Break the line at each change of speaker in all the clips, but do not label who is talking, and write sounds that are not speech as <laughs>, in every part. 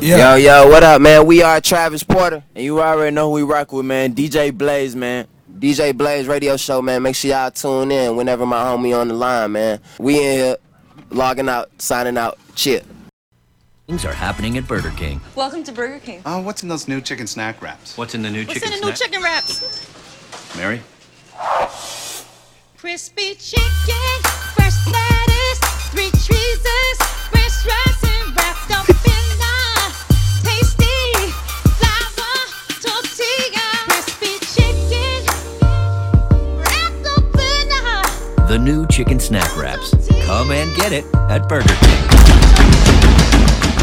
Yo, yo, what up, man? We are Travis Porter, and you already know who we rock with, man. DJ Blaze, man. DJ Blaze Radio Show, man. Make sure y'all tune in whenever my homie on the line, man. We in here, logging out, signing out. Chip.
Things are happening at Burger King.
Welcome to Burger King.
Uh, what's in those new chicken snack wraps?
What's in the new
What's in the new chicken wraps?
Mary?
Crispy chicken, fresh lettuce, three cheeses, fresh rice and wrapped up in a tasty flour tortilla. Crispy chicken, wrapped up in a
The new chicken snack wraps. Come and get it at Burger King.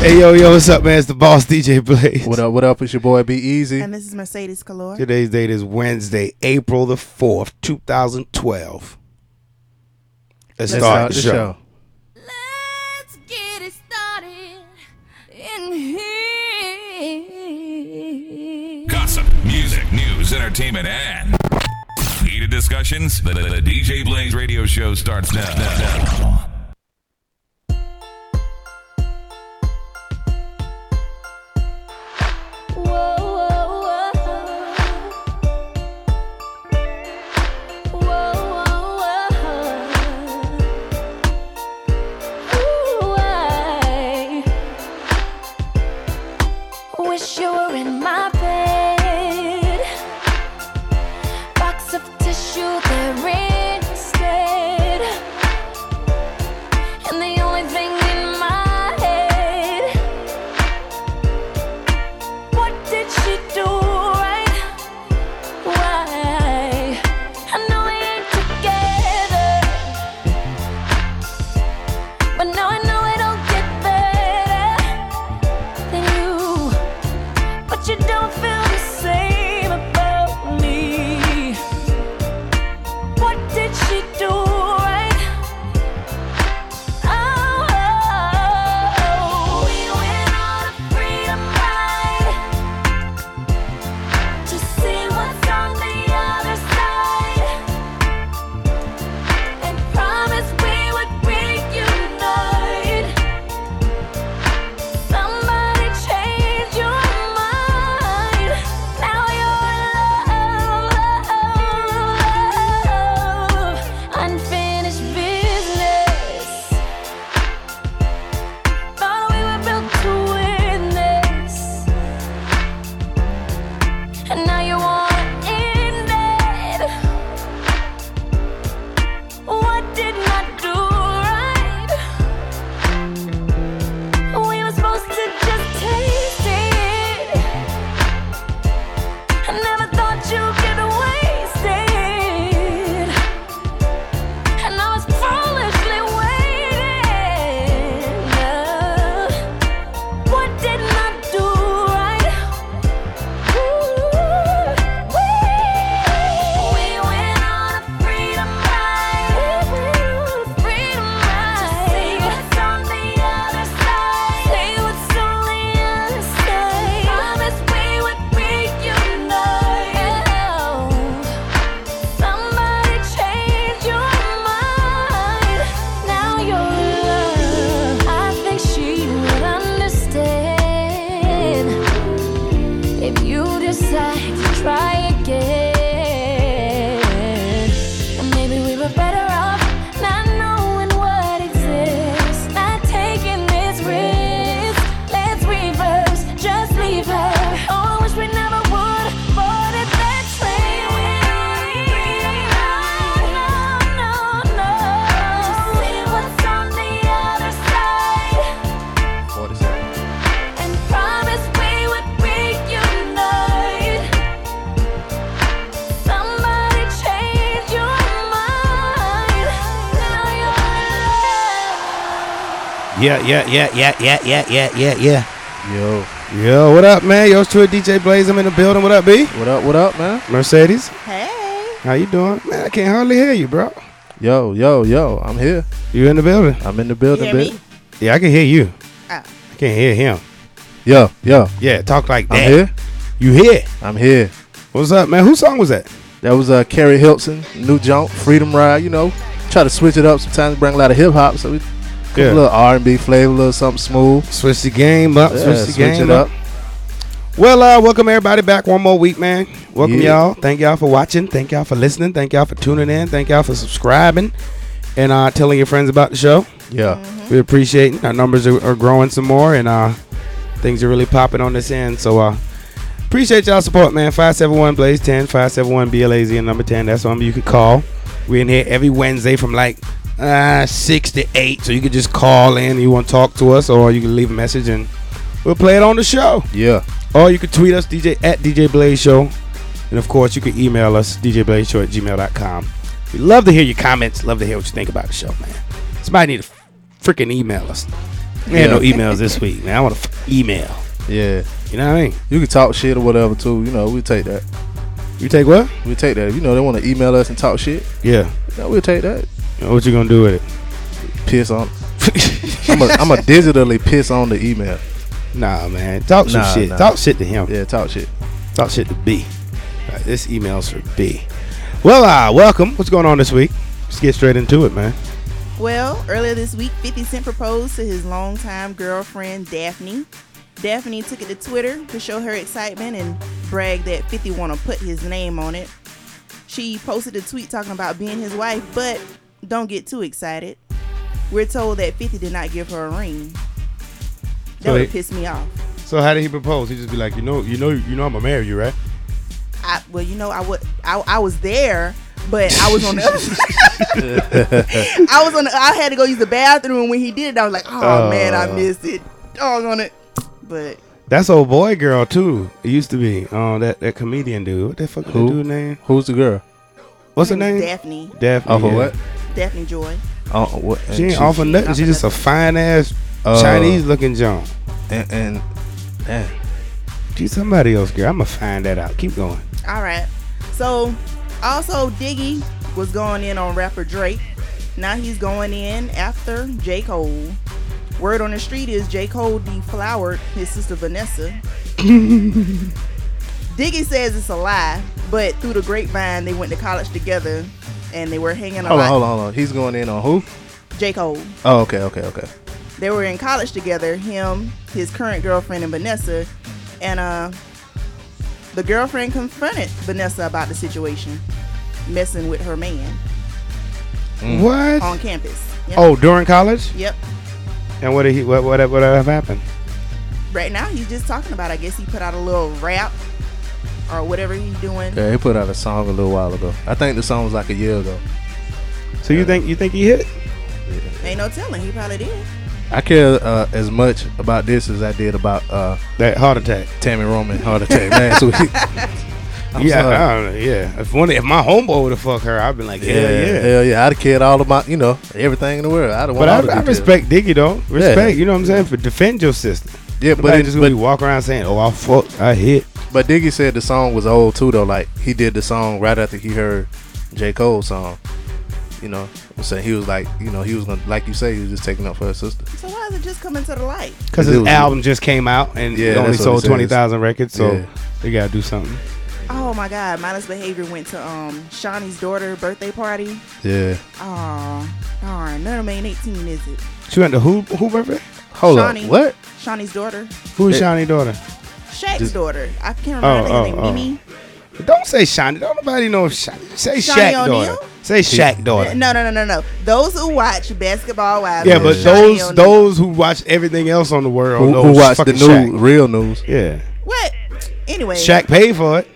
Hey yo yo, what's up, man? It's the boss DJ Blaze.
What up? What up? It's your boy Be Easy.
And Mrs. Mercedes Calor.
Today's date is Wednesday, April the fourth, two thousand twelve. Let's
Let's
start the show.
Let's get it started in here.
Gossip, music, news, entertainment, and heated discussions. The, the- the DJ Blaze radio show starts now.
Whoa, whoa, whoa. Whoa, whoa, whoa. Ooh, I Wish you were in my bed. Box of tissue there instead. And the only thing in my head what did she do right? Why? I know we ain't together, but now I know it'll get better than you. But you don't feel the same about me. What did she do right? Oh, we went on a freedom ride to see what's on the other side, and promised we would reunite. Somebody change your mind. Now you're unfinished business. Thought we were built to win this, and now you want end it. What did I do right? We were supposed to just taste it. I never thought you could waste it, and I was foolishly waiting. What did I do right? We went on a freedom ride. Freedom ride. Say what's on the other side. Say what's on the other side. Promise we would reunite. Somebody change your mind. Now you're alone. I think she would understand if you decide to try again. And maybe we were better off not knowing what exists, not taking this risk. Let's reverse, just leave her. Oh, I wish we never would boarded that train. No, no, no. Just see what's on the other side and promised we would reunite. Somebody change your mind. Now you're alone.
Yeah, yeah, yeah, yeah, yeah, yeah, yeah, yeah, yeah.
Yo,
Yo, what up, man? Yo, it's true DJ Blaze. I'm in the building. What up, B?
what up? What up, man?
Mercedes,
Hey.
how you doing? Man, I can't hardly hear you, bro.
Yo, yo, yo! I'm here.
You in the building?
I'm in the
You
building,
hear me?
bitch.
Yeah, I can hear you.
Oh.
I can't hear him.
Yo, yo!
Yeah, talk like
I'm
that.
here.
You here?
I'm here.
What's up, man? Whose song was that?
That was uh Carrie Hilton, new jump, Freedom Ride. You know, try to switch it up sometimes. Bring a lot of hip hop, so we
Yeah.
A little R and B flavor, a little something smooth.
Switch the game up.
Yeah,
switch the
switch
game
it up.
Well, uh, welcome everybody back one more week, man. Welcome
Yeah.
y'all. Thank y'all for watching. Thank y'all for listening. Thank y'all for tuning in. Thank y'all for subscribing and uh, telling your friends about the show.
Yeah.
We appreciate it. Our numbers are, are growing some more, and uh, things are really popping on this end. So uh, appreciate y'all support, man. 571 Blaze 10, 571 BLAZ and number 10. That's the number you could call. We're in here every Wednesday from like uh, 6 to 8. So you could just call in. You want to talk to us, or you can leave a message, and we'll play it on the show.
Yeah.
Or you can tweet us, DJ at DJ Blaze Show. And of course, you can email us, DJBlazeShow at gmail.com. We love to hear your comments. Love to hear what you think about the show, man. Somebody need to freaking email us. We had
Yeah.
no emails this week, man. I want to f- email.
Yeah.
You know what I mean?
You can talk shit or whatever too. You know, we take that.
You take what?
We take that. If, You know, they want to email us and talk shit.
Yeah.
Yeah, we'll take that.
What you going to do with it? <laughs>
Piss on. I'm a, I'm a digitally piss on the email.
Nah, man. Talk some
Nah,
shit.
nah.
Talk shit to him.
Yeah, talk shit.
Talk shit to B. Right, this email's for B. Well, uh, welcome. What's going on this week? Let's get straight into it, man.
Well, earlier this week, 50 Cent proposed to his longtime girlfriend, Daphne. Daphne took it to Twitter to show her excitement and brag that 50 want to put his name on it. She posted a tweet talking about being his wife, but don't get too excited. We're told that 50 did not give her a ring. That
So
would
he-
have pissed me off.
So how did he propose? He just be like, you know, you know, you know, I'm gonna marry you, right?
I, well, you know, I would, I, I was there, but I was on the other <laughs> I was on. The, I had to go use the bathroom when he did it. I was like, oh man, I missed it. Dog on it. But
That's old boy girl too. It used to be um that that comedian dude. What the fuck is that
Who?
dude name?
Who's the girl?
What's her
her
name?
name's Daphne.
Daphne.
Oh, for
yeah.
what?
Daphne Joy.
Oh, what?
She
and
ain't off of nothing.
off
She
of
just a
nothing.
fine ass
Uh,
Chinese looking John.
And, and damn.
She's somebody else, girl. I'ma find that out. Keep going.
All right. So, also Diggy was going in on rapper Drake. Now he's going in after J Cole. Word on the street is J Cole deflowered his sister
<laughs>
Vanessa. Diggy says it's a lie, but through the grapevine they went to college together and they were hanging a
Hold on,
lot.
hold on, hold on. He's going in on who?
J Cole.
Oh, okay, okay, okay.
they were in college together him his current girlfriend and vanessa and uh the girlfriend confronted vanessa about the situation messing with her man
What?
on campus Yep.
Oh, during college?
yep
And what did he what what what have happened?
right now he's just talking about i guess he put out a little rap or whatever he's doing
Yeah, he put out a song a little while ago. I think the song was like a year ago.
So you think you think he hit?
ain't no telling he probably did
I care uh, as much about this as I did about uh,
That heart attack.
Tammy Roman heart
<laughs>
attack last week. <laughs> I'm
yeah,
sorry.
I don't know, yeah. If one if my homeboy would have fucked her, I'd been like, yeah,
Yeah,
yeah.
yeah, hell yeah. I'd have cared all about you know everything in the world. I'd have
But
all
I,
the
I
details.
respect Diggy though. Respect,
Yeah.
you know what I'm saying? For defend your sister.
Yeah,
But
but
I
it,
just
but,
gonna be walking around saying, "Oh, I fucked, I hit."
but Diggy said the song was old too though. Like he did the song right after he heard J Cole's song. You know, I'm saying he was like, you know, he was gonna like you say, he was just taking up for his sister.
so why is it just coming to the light
Because
It
his
was-
album just came out and
Yeah,
it only
that's what it
sold
says.
twenty thousand records, so
Yeah.
they gotta do something.
oh my god mindless behavior went to um shawnee's daughter birthday party
Yeah.
oh darn none of them ain't 18 is it
She went to who? Who birthday?
Hold
Shawnee.
on, what?
shawnee's daughter
Who is
It-
Shawnee's daughter?
Shaq's
Just-
daughter. I can't
Oh,
remember. I think her
oh,
name Mimi.
Don't say Shawnee. Don't nobody know. If Sha- say
Shawnee
Shaq
O'Neal?
daughter. Say Shaq daughter.
No, no, no, no, no. Those who watch Basketball Wives.
yeah,
know
but
Shawnee
those
O'Neal.
those who watch everything else on the world
Who,
know
who
it's
watched the
fucking
news?
Shaq.
Real news?
Yeah,
What? Anyway,
Shaq paid for it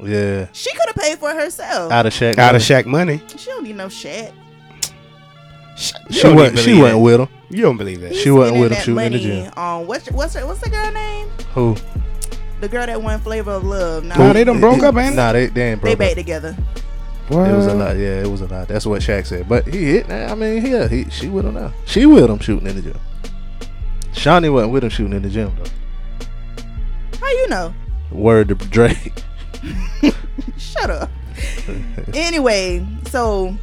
Yeah.
She could have paid for it herself.
Out of Shaq.
out of Shaq money.
she don't need no Shaq.
You
She
don't
went.
even
She
believe
went
that.
with him.
You don't believe that?
He's
She wasn't
spending
with him.
that
She was in the
money
gym.
On what's what's her, what's the girl name?
Who?
The girl that won Flavor of Love. No,
Nah,
they,
they done broke up, ain't
Nah, they, they ain't broke
back
up.
together.
It was a lot. Yeah, it was a lot. That's what Shaq said. But he hit. Now. I mean, yeah, he she with him now. She with him shooting in the gym. Shawnee wasn't with him shooting in the gym though.
How you know?
Word to Drake.
Shut up. anyway, so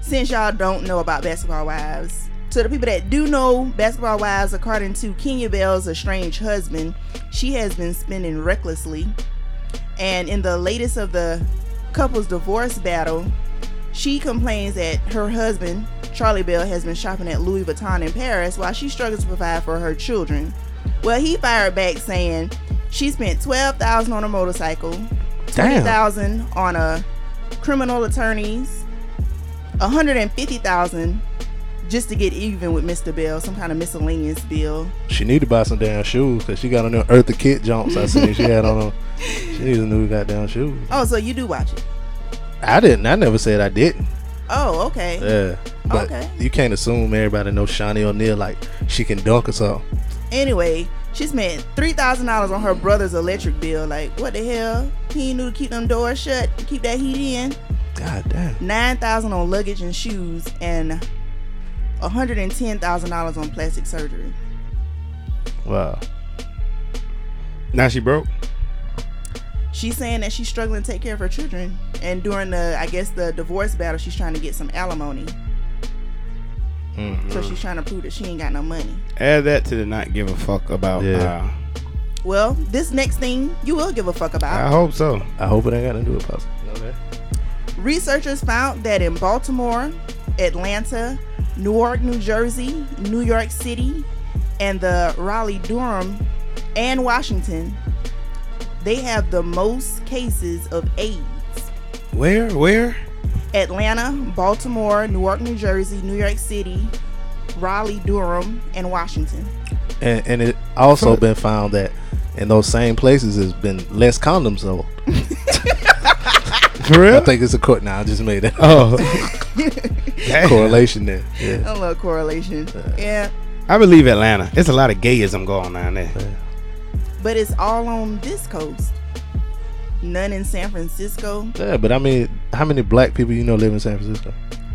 since y'all don't know about Basketball Wives, to the people that do know Basketball Wives, according to Kenya Bell's estranged husband, she has been spending recklessly. And in the latest of the couple's divorce battle, she complains that her husband Charlie Bell has been shopping at Louis Vuitton in Paris while she struggles to provide for her children. Well, he fired back saying she spent twelve thousand on a motorcycle, twenty thousand on a criminal attorneys, a hundred and fifty thousand just to get even with Mr. Bell, some kind of miscellaneous bill.
She need to buy some damn shoes because she got on them Eartha Kitt jumps I seen she had on them. She needs a new goddamn shoes.
Oh, so you do watch it?
I didn't. I never said I didn't.
Oh, okay.
Yeah, but
Okay.
you can't assume everybody knows Shawnee O'Neal like she can dunk or something.
Anyway, she spent three thousand dollars on her brother's electric bill. Like, what the hell? He knew to keep them doors shut, keep that heat in.
God damn.
Nine thousand on luggage and shoes, and hundred and ten thousand dollars on plastic surgery.
Wow.
Now she broke.
She's saying that she's struggling to take care of her children, and during the, I guess, the divorce battle, she's trying to get some alimony. So she's trying to prove that she ain't got no money.
Add that to the not give a fuck about.
Yeah.
uh,
Well, this next thing you will give a fuck about.
I hope so.
I hope it ain't got nothing to do with puzzle.
Researchers found that in Baltimore, Atlanta, Newark, New Jersey, New York City, and the Raleigh, Durham, and Washington, they have the most cases of AIDS.
Where? Where?
Atlanta, Baltimore, Newark, New Jersey, New York City, Raleigh, Durham, and Washington.
And, and it also been found that in those same places has been less condoms sold. <laughs>
For real?
I think it's a court now. I just made
<laughs>
that
Oh. Damn.
correlation there.
A
Yeah.
little correlation. Yeah.
I believe Atlanta. It's a lot of gayism going on there.
But it's all on this coast. None in San Francisco.
yeah, but I mean, how many black people you know live in San Francisco?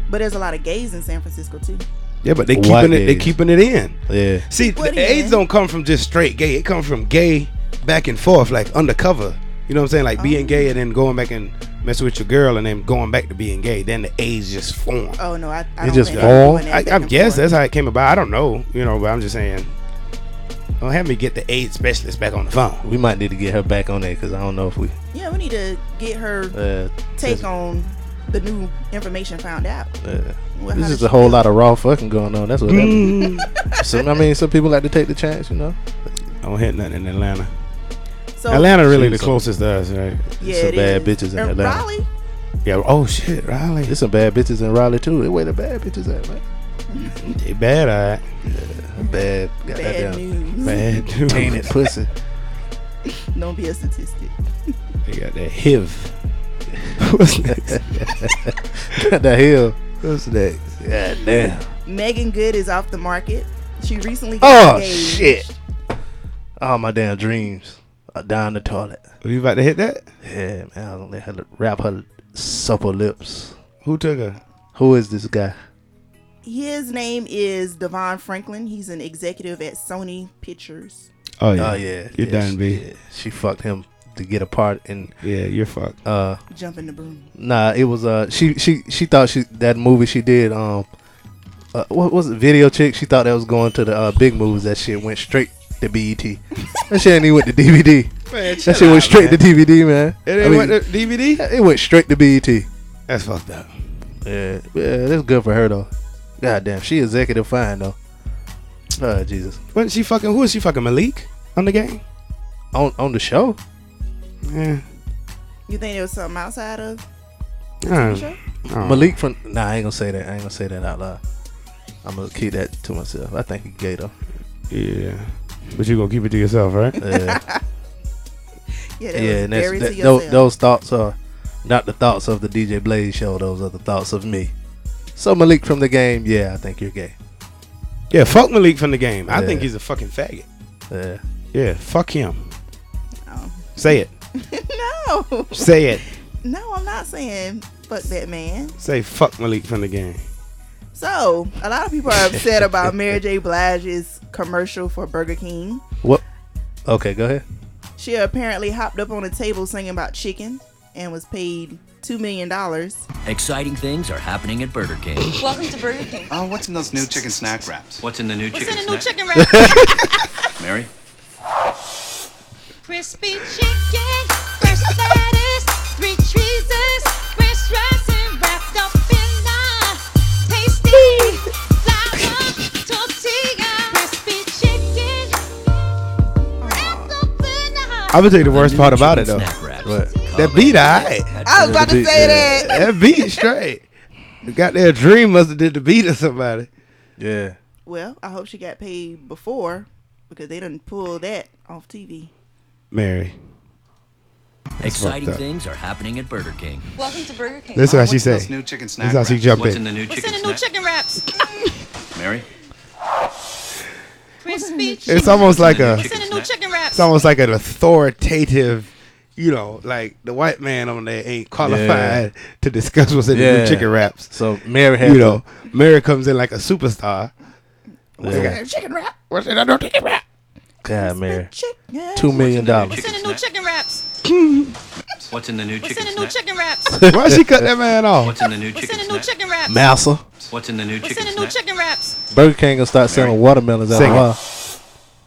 But there's a lot of gays in San Francisco too.
Yeah, but they
White
keeping it. They
gays.
keeping it in.
Yeah.
See,
What
the
is?
AIDS don't come from just straight gay. It comes from gay back and forth, like undercover. You know what I'm saying? Like being gay
Oh.
and then going back and messing with your girl and then going back to being gay. Then the AIDS just form.
Oh no, I, I
It
don't
just
think
fall?
I'm doing that
I,
back
I
and
guess
forth.
that's how it came about. I don't know. You know, but I'm just saying. Don't have me get the AIDS specialist back on the phone.
We might need to get her back on there because I don't know if we.
yeah. We need to get her
Uh,
take on the new information found out.
uh,
Well, how
this
does
is a
she
whole
feel?
lot of raw fucking going on. That's what that means.
Mm.
Some, I mean, some people like to take the chance, you know.
I don't hit nothing in Atlanta.
So
Atlanta really
She's
the
a-
closest to us, right?
Oh, yeah,
some
it is.
bad bitches in
And
Atlanta.
Raleigh,
Yeah. Oh shit, Raleigh.
There's some bad bitches in Raleigh too. Where the bad bitches at, man?
They bad, all right.
Bad,
bad
goddamn,
news.
<laughs>
Bad.
tainted pussy.
<laughs> Don't be a statistic.
They got that
<laughs>
HIV. What's next?
the hell? What's that? God damn.
Megan Good is off the market. She recently got
Oh
engaged.
shit! All my damn dreams are down the toilet.
Are you about to hit that?
Yeah, man. I don't let her wrap her supple lips.
Who took her?
Who is this guy?
His name is Devon Franklin. He's an executive at Sony Pictures.
Oh
Oh yeah,
You're
yeah,
done,
she,
B.
yeah, she fucked him to get apart, and
Yeah. you're fucked.
uh,
Jumping the broom.
nah, it was uh, she she she thought she that movie she did um, uh, what was it? Video chick. She thought that was going to the uh, big movies. That shit went straight to BET.
<laughs>
that shit ain't even went to DVD.
Man,
That shit went straight to DVD, man.
It
I
ain't
mean,
went to DVD.
it went straight to BET.
That's fucked up.
Yeah, yeah, that's good for her though. God damn, she executive fine though. Oh Jesus,
Wasn't she fucking? Who is she fucking? Malik on the game?
on on the show,
Yeah.
You think it was something outside of
Uh,
show?
uh,
Malik from Nah, I ain't gonna say that. I ain't gonna say that out loud. I'm gonna keep that to myself. I think he
<laughs>
gay though.
Yeah. But you gonna keep it to yourself, right? <laughs>
Yeah,
Yeah,
that
yeah.
was
And
very
that's,
to
that, tho-
yourself.
those, thoughts are not the thoughts of the DJ Blaze show. Those are the thoughts of me. So Malik from the game, yeah, I think you're gay.
yeah. Fuck Malik from the game. I
Yeah.
think he's a fucking faggot.
Yeah,
Yeah. Fuck him.
Oh.
Say it.
<laughs> no,
Say it.
no, I'm not saying fuck that man.
Say fuck Malik from the game.
So, a lot of people are upset
<laughs>
about Mary J. Blige's commercial for Burger King.
what? Okay, go ahead.
She apparently hopped up on a table singing about chicken and was paid $2 million.
Exciting things are happening at Burger King.
Welcome to Burger King.
Oh, what's in those new chicken snack wraps?
What's in the new
What's
chicken
in a new
snack?
chicken
<laughs>
wrap?
Mary?
Crispy chicken, fresh lettuce, three cheeses, fresh dressing wrapped up in a tasty
I'm gonna tell you the worst part about it though.
Snack wraps.
But that beat, alright.
I was about to say that.
That beat
<laughs>
straight. The goddamn dream must have did the beat or somebody.
Yeah.
Well, I hope she got paid before because they didn't pull that off TV.
Mary.
Exciting
fucked up.
things are happening at Burger King.
Welcome to Burger King.
This is how
What's
she
in
say.
those new chicken snack
That's how
wraps?
she jump
What's
in.
in the new
What's
chicken
in the new
snack?
chicken wraps?
Mary?
Crispy chicken.
It's almost like a
What's in the new chicken wraps?
it's almost like an authoritative, you know, like the white man on there ain't qualified to discuss what's in the
Yeah.
new chicken wraps.
So Mary had
You
to-
know, Mary comes in like a <laughs> superstar.
Yeah.
Chicken wrap. What's in the new chicken wrap?
God, Mary.
Chicken.
Two million dollars.
What's in the new chicken wraps?
What's in the new
What's
chicken
in the new
snack?
chicken wraps?
<laughs> Why she cut that man off?
What's in the new
What's
chicken
in the new
snack?
chicken wraps?
Massa.
What's in the new
What's in
chicken
the new
snack?
chicken wraps?
Burger King gonna start selling watermelons out
Sing
of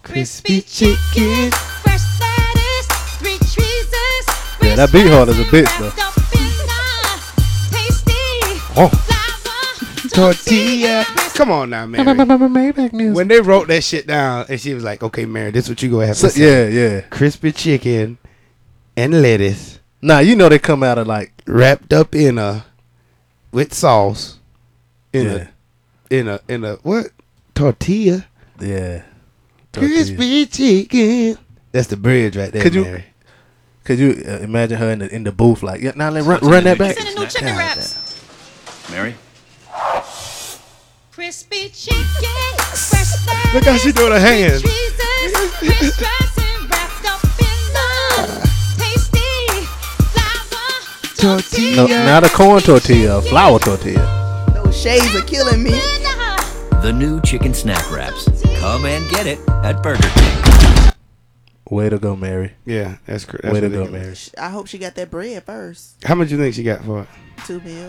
it.
her.
Crispy chicken, fresh lettuce, three cheeses.
Yeah, that beat hard as a bitch, though.
Oh.
Tasty.
Tortilla. Come on now, Mary. When they wrote that shit down, and she was like, "Okay, Mary, this what you go have
So,
to say.
yeah, yeah.
crispy chicken and lettuce
Now you know they come out of like
wrapped up in a with sauce in
Yeah.
a in a in a what tortilla,
yeah.
crispy chicken. That's the bridge right there.
Could you-
Mary.
Could you uh, imagine her in the in the booth like yeah? Now let run,
What's in
run
the
that
new
back.
What's in the new chicken
God,
wraps?
Mary?
Crispy chicken, fresh lettuce.
Look how she doing her hands.
three cheeses, French dressing wrapped up in love. Tasty. Flour, tortilla.
No, not a corn tortilla, a flour tortilla.
Those shades are killing me.
The new chicken snack wraps. Come and get it at Burger King.
Way to go, Mary.
Yeah, that's Oh, correct.
Way to go, Mary.
I hope she got that bread first.
How much you think she got for it?
Two mil.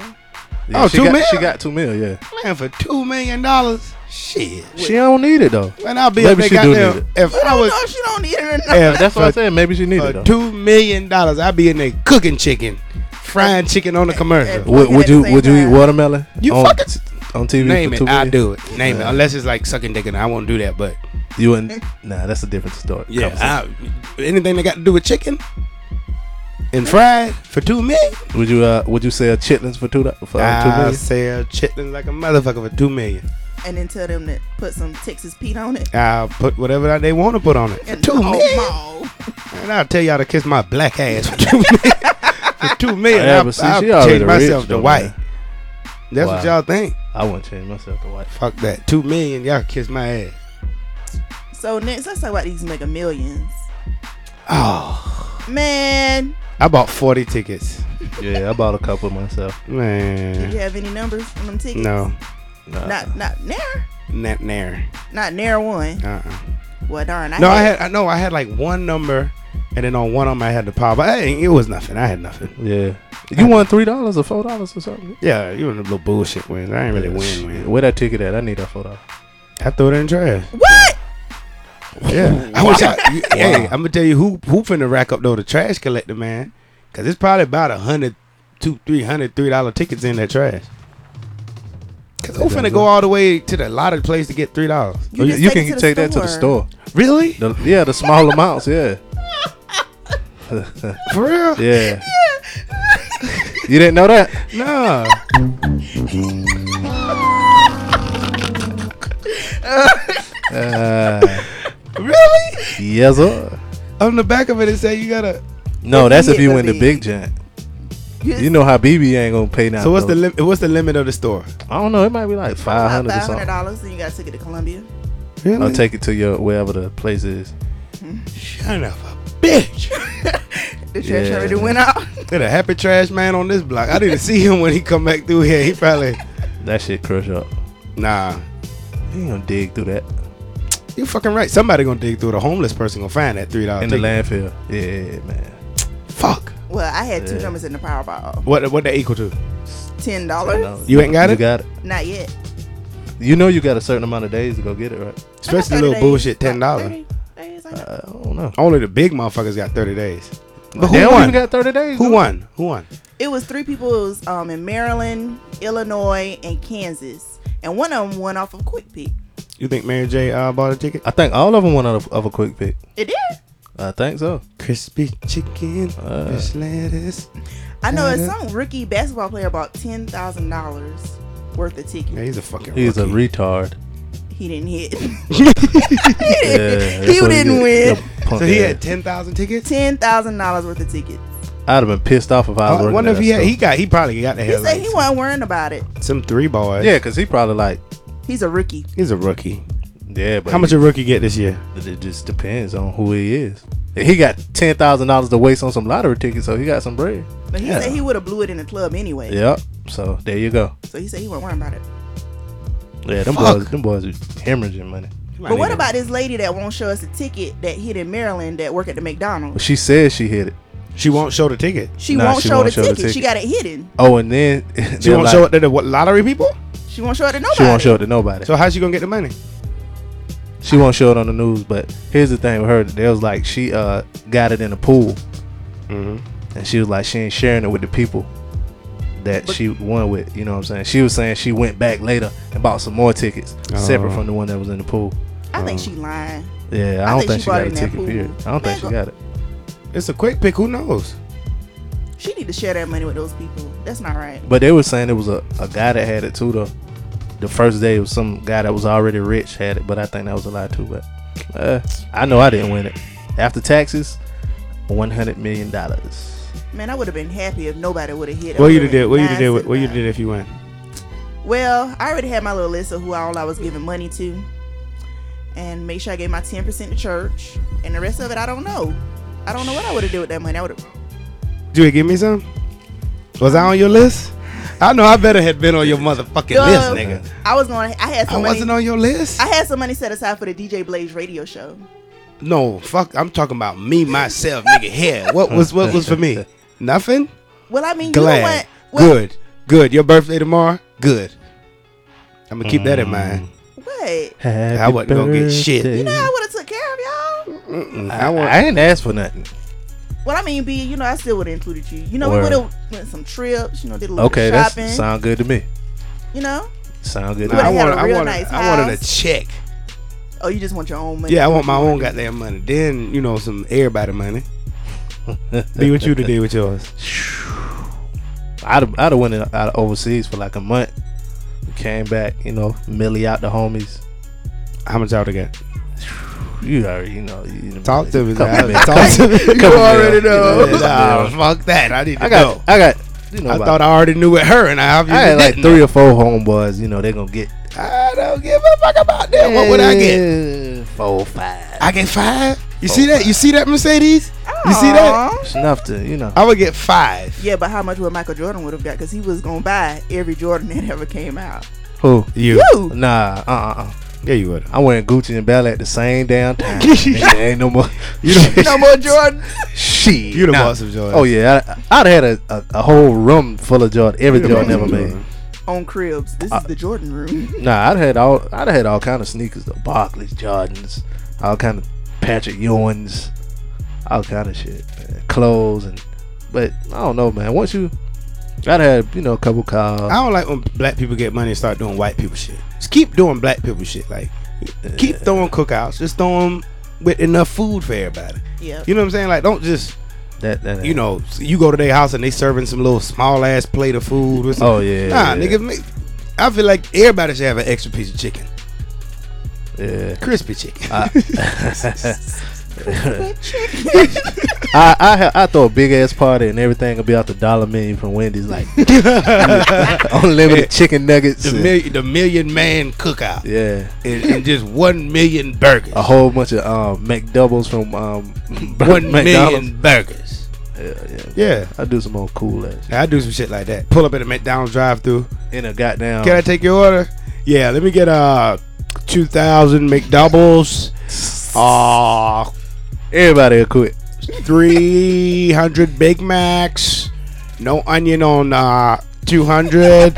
Yeah,
Oh,
she
two
got,
mil?
She got two mil. Yeah.
Man, for two million dollars, shit.
She don't need it though.
Man, I'll be
Maybe
a
she
big
do
goddamn-
need it.
If I
I
was,
Oh, no, she don't need it or not.
if
That's what
for-
I'm saying. Maybe she need
for
it though.
two million dollars, I'd be in there cooking chicken, frying chicken on the commercial.
Would, would you
At the
would you
same
eat
time.
watermelon?
You
on,
fucking-
on TV.
Name
for
it,
two
I
million?
do it. Name
Yeah.
it, unless it's like sucking dick, and I won't do that. But
You wouldn't. Nah, that's a different story.
Yeah,
conversation.
I, anything that got to do with chicken and fried for two million.
would you uh would you sell chitlins for two do- for uh, two
I
million?
sell chitlins like a motherfucker for two million.
And then tell them to put some Texas Pete on it.
I'll put whatever that they want to put on it for
And
two
oh,
million.
ma.
And I'll tell y'all to kiss my black ass for two million. <laughs> for two million,
Yeah,
I'll,
but see,
I'll
she already
change myself
rich
to
though,
white.
man.
That's what
Wow.
y'all think.
I wouldn't change myself to white.
Fuck that. Two million, y'all kiss my ass.
So next, let's talk about these mega millions.
Oh,
Man,
I bought forty tickets.
Yeah, I bought a couple myself.
did you
Man,
have any numbers on them tickets?
no,
Nah.
Not not near.
not there.
Not near one.
Uh. uh
Well, darn. I
No, I
had,
had I know I had like one number, and then on one of them I had the power. But hey, it was nothing. I had nothing.
Yeah. You won three dollars or four dollars or something.
Yeah, you were the little bullshit wins. I ain't really win win.
Where that ticket at? I need that four dollars.
I threw it in the trash.
What?
Yeah, I wish <laughs> I. you- Hey, I'm gonna tell you who who finna rack up though the trash collector man, cause it's probably about a hundred, two, three hundred, three dollar tickets in that trash. Cause who finna go all the way to the lottery place to get three dollars?
Oh, You,
just
you
take it
can
to the
take that to the store.
store.
Really?
The, yeah,
<laughs>
the small amounts. Yeah,
For real?
yeah. <laughs> you didn't know that?
Nah. really?
Yes, sir.
On the back of it, it say you gotta.
No, that's if
hit
you
the
win the
big.
big giant.
You
You know how BB ain't gonna pay now.
So what's the lim- what's the limit of the store?
I don't know. It might be like five
about
hundred or
five hundred
something.
dollars, and you got to take it to Columbia.
Really?
I'll take it to your wherever the place is.
Shut up, bitch.
The trash
Yeah.
already went out. <laughs>
There's a happy trash man on this block. I didn't see him when he come back through here. He probably
That shit crush up.
nah.
You ain't gonna dig through that
You fucking right. Somebody gonna dig through. The homeless person gonna find that three
in
dollars.
the landfill. Yeah, man.
Fuck.
Well, I had two
Yeah.
numbers in the Powerball.
What what they equal to?
Ten dollars?
You ain't got
You
it.
got it.
Not yet.
You know you got a certain amount of days to go get it, right?
Especially
I got
the
30
little
days.
bullshit
Like
ten dollars.
30 days, I got-
I don't know.
Only the big motherfuckers got thirty days. But
They
who
don't
won?
even got thirty days.
who
though.
won? Who won?
It was three people. It was um, in Maryland, Illinois, and Kansas, and one of them went off of Quick Pick.
You think Mary J. Uh, bought a ticket?
I think all of them went out of, of a quick pick.
It did.
I think so.
Crispy chicken, fish lettuce.
I know it's some rookie basketball player bought ten thousand dollars worth of tickets.
Yeah, he's a fucking.
He's a <laughs>
rookie.
retard.
He didn't hit. <laughs>
Yeah, that's
he
what
didn't
did.
win.
Yeah, punk
So he
ass.
had ten thousand tickets.
Ten thousand dollars worth of tickets.
I'd have been pissed off if I was
I
working.
wonder
at
if he
that
had, he
store.
got he probably got the
He
hell.
said he wasn't worrying about it.
some three boys.
Yeah, because he probably like.
He's a rookie.
he's a rookie.
Yeah, but
How much
It,
a rookie get this year?
it just depends on who he is. If He got ten thousand dollars to waste on some lottery tickets, so he got some bread.
But he
Yeah.
said he would have blew it in the club anyway.
Yep. So there you go.
So he said he wasn't worrying about it.
Yeah, them
Fuck.
boys, them boys are hemorrhaging money.
But what about this lady that won't show us a ticket that hit in Maryland that work at the
But
McDonald's?
she said she hit it.
She won't show the ticket.
She
Nah,
won't
she
show,
won't
the,
show the
ticket. She
ticket.
got it hidden.
Oh, and then <laughs>
She won't show it to the what, lottery people.
She won't show it to nobody.
She won't show it to nobody.
So how's she gonna get the money?
She won't show it on the news. But here's the thing with her: there was like she uh got it in the pool, and she was like she ain't sharing it with the people that she won with. You know what I'm saying? She was saying she went back later and bought some more tickets separate
Oh.
from the one that was in the pool.
I think she lying.
Yeah, I,
I
don't think,
think she
she
bought
got
it
a
in that
ticket.
pool.
Period. I don't think she
Man,
got it.
It's a quick pick. Who knows?
She need to share that money with those people. That's not right.
But they were saying it was a, a guy that had it too though. The first day it was some guy that was already rich had it, but I think that was a lie too. But uh, I know I didn't win it. After taxes, one hundred million dollars.
Man, I would have been happy if nobody would have hit. I
What you
would've
did?
been
What you
nine
did?
cent
What you
down.
did if you win?
Well, I already had my little list of who all I was giving money to, and make sure I gave my ten percent to church, and the rest of it I don't know. I don't know what I would have did with that money. I would have.
Do you give me some? Was I on your list? I know I better had been on your motherfucking list, nigga.
I was going. I had
I
some money.
wasn't on your list.
I had some money set aside for the DJ Blaze radio show.
no, fuck. I'm talking about me myself, nigga. Here, what was what was for <laughs> me? Nothing.
Well, I mean, you know
Glad.
what? Well,
Good. Good. Your birthday tomorrow. Good. I'm gonna keep that in mind.
What?
I wasn't gonna get shit.
birthday.
You
Yeah, I would have took care of y'all.
I want.
I didn't ask for nothing.
Well, I mean, B, you know, I still would have included you. You know,
Word.
we would have went some trips. You know, did a little
Okay,
bit of shopping.
that sound good to me.
you know,
Sound good.
Nah,
To
I
me.
would've had
wanted.
a
I
real
wanted.
nice
I wanted a
house.
check.
oh, you just want your own money.
Yeah, I want my own goddamn money. Then you know some everybody money. Be what you to do with yours.
I'd have, I'd have went out of overseas for like a month. Came back, you know, millie out the homies.
How much y'all to get?
You already, you know, you
Talk to me.
Come
man.
on, man.
Talk to me.
Come on, man. Yeah,
<laughs> Nah,
yeah.
fuck that. I need to
I
go.
got, I got, you know,
I
about-
thought I already knew it her, and I
I
obviously
had like
didn't.
three or four homeboys. You know, they gonna get.
I don't give a fuck about that. What would I get?
Eh, Four, five.
I get five. You see that? You see that Mercedes? You see that?
Aw.
It's enough to, you know.
I would get five.
Yeah, but how much would Michael Jordan would have got? Because he was gonna buy every Jordan <laughs> that ever came out.
Who?
You?
Ooh,
Nah, uh, uh, uh.
Yeah, you would.
I'm wearing Gucci and Bella at the same damn
<laughs>
time. Nigga, ain't no more. <laughs> You know,
no more Jordan.
she.
You the boss of Jordan.
Oh yeah, I, I'd had a, a, a whole room full of Jordan. Every
You the
Jordan
boss
ever
of
made.
Jordan.
<laughs> On cribs, this is the Jordan
<laughs>
room. <laughs>
Nah, I'd had all. I'd had all kind of sneakers, the Barclays, Jordans, all kind of Patrick Ewans, all kind of shit, man. clothes and. But I don't know, man. Once you, I'd had you know a couple cars.
I don't like when black people get money and start doing white people shit. Just keep doing black people shit. Like, keep throwing cookouts. Just throw 'em with enough food for everybody.
Yeah.
You know what I'm saying? Like, don't just
that, that
you know you go to their house and they serving some little small ass plate of food. Or something.
Oh, yeah,
Nah,
yeah.
nigga. Make, I feel like everybody should have an extra piece of chicken,
Yeah.
crispy chicken.
Uh,
<laughs>
I I, ha- I throw a big ass party and everything will be out the dollar menu from Wendy's,
<laughs>
like <laughs> unlimited chicken nuggets.
the,
and-
million, the million man cookout.
yeah.
And, and just one million burgers.
A whole bunch of um, McDoubles from um, <laughs> McDonald's.
one million burgers. Yeah, yeah.
I do some old cool ass
I do some shit like that. Pull up at a McDonald's drive-through.
in a goddamn.
Can I take your order? Yeah, let me get uh two thousand McDoubles, uh
Everybody will quit.
three hundred <laughs> Big Macs, no onion on uh two hundred.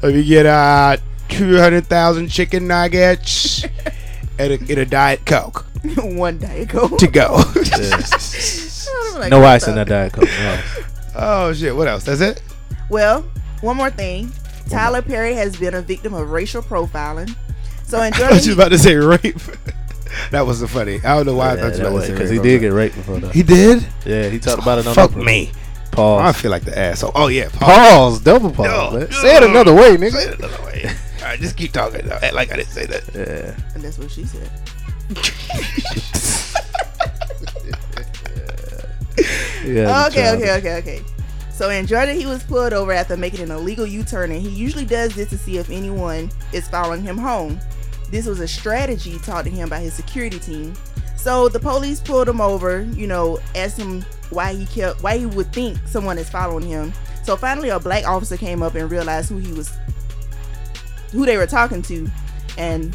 <laughs> let me get uh two hundred thousand chicken nuggets and a, and a diet coke
One day ago.
<laughs>
to go.
No ice in that diet
<laughs>
coke. No.
oh shit! What else? That's it.
Well, one more thing. Tyler Perry has been a victim of racial profiling. So in
<laughs> I was just
Germany,
about to say rape. <laughs> That was so funny. I don't know why I thought you were about to say
because he
Ray
did
Rose.
get raped before that.
He did.
Yeah, he talked about it on
Fuck
the-
me. I
Pause.
feel like the asshole. Oh yeah. Paul.
Pause. Double pause.
No.
man. Say it another way, nigga.
Say it another way. All right, just keep talking. Act Like I didn't say that.
Yeah.
And that's what she said.
<laughs> Yeah.
okay, okay, okay, okay. So in Georgia, he was pulled over after making an illegal U-turn, and he usually does this to see if anyone is following him home. This was a strategy taught to him by his security team. So the police pulled him over, you know, asked him why he kept, why he would think someone is following him. So finally, a black officer came up and realized who he was, who they were talking to, and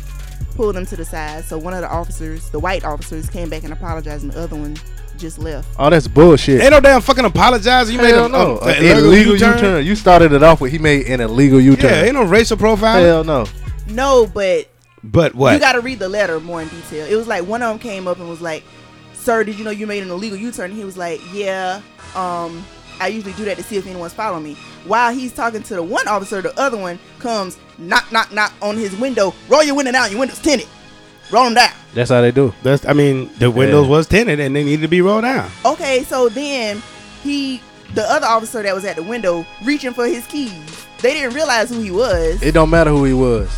pulled him to the side. So one of the officers, the white officers, came back and apologized, and the other one just left.
Oh, that's bullshit.
Ain't no damn fucking apologizing. You made
Hell
a,
no.
a- a
An illegal U-turn.
U-turn?
You started it off with he made an illegal U-turn.
Yeah, ain't no racial profile.
Hell no.
No, but
But what?
You got to read the letter more in detail. It was like one of them came up and was like, "Sir, did you know you made an illegal U-turn?" He was like, "Yeah, um, I usually do that to see if anyone's following me." While he's talking to the one officer, the other one comes knock, knock, knock on his window. Roll your window down. Your window's tinted. Roll them down.
That's how they do.
That's. I mean, the windows was tinted and they needed to be rolled down.
Okay, so then he, the other officer that was at the window, reaching for his keys. They didn't realize who he was.
It don't matter who he was.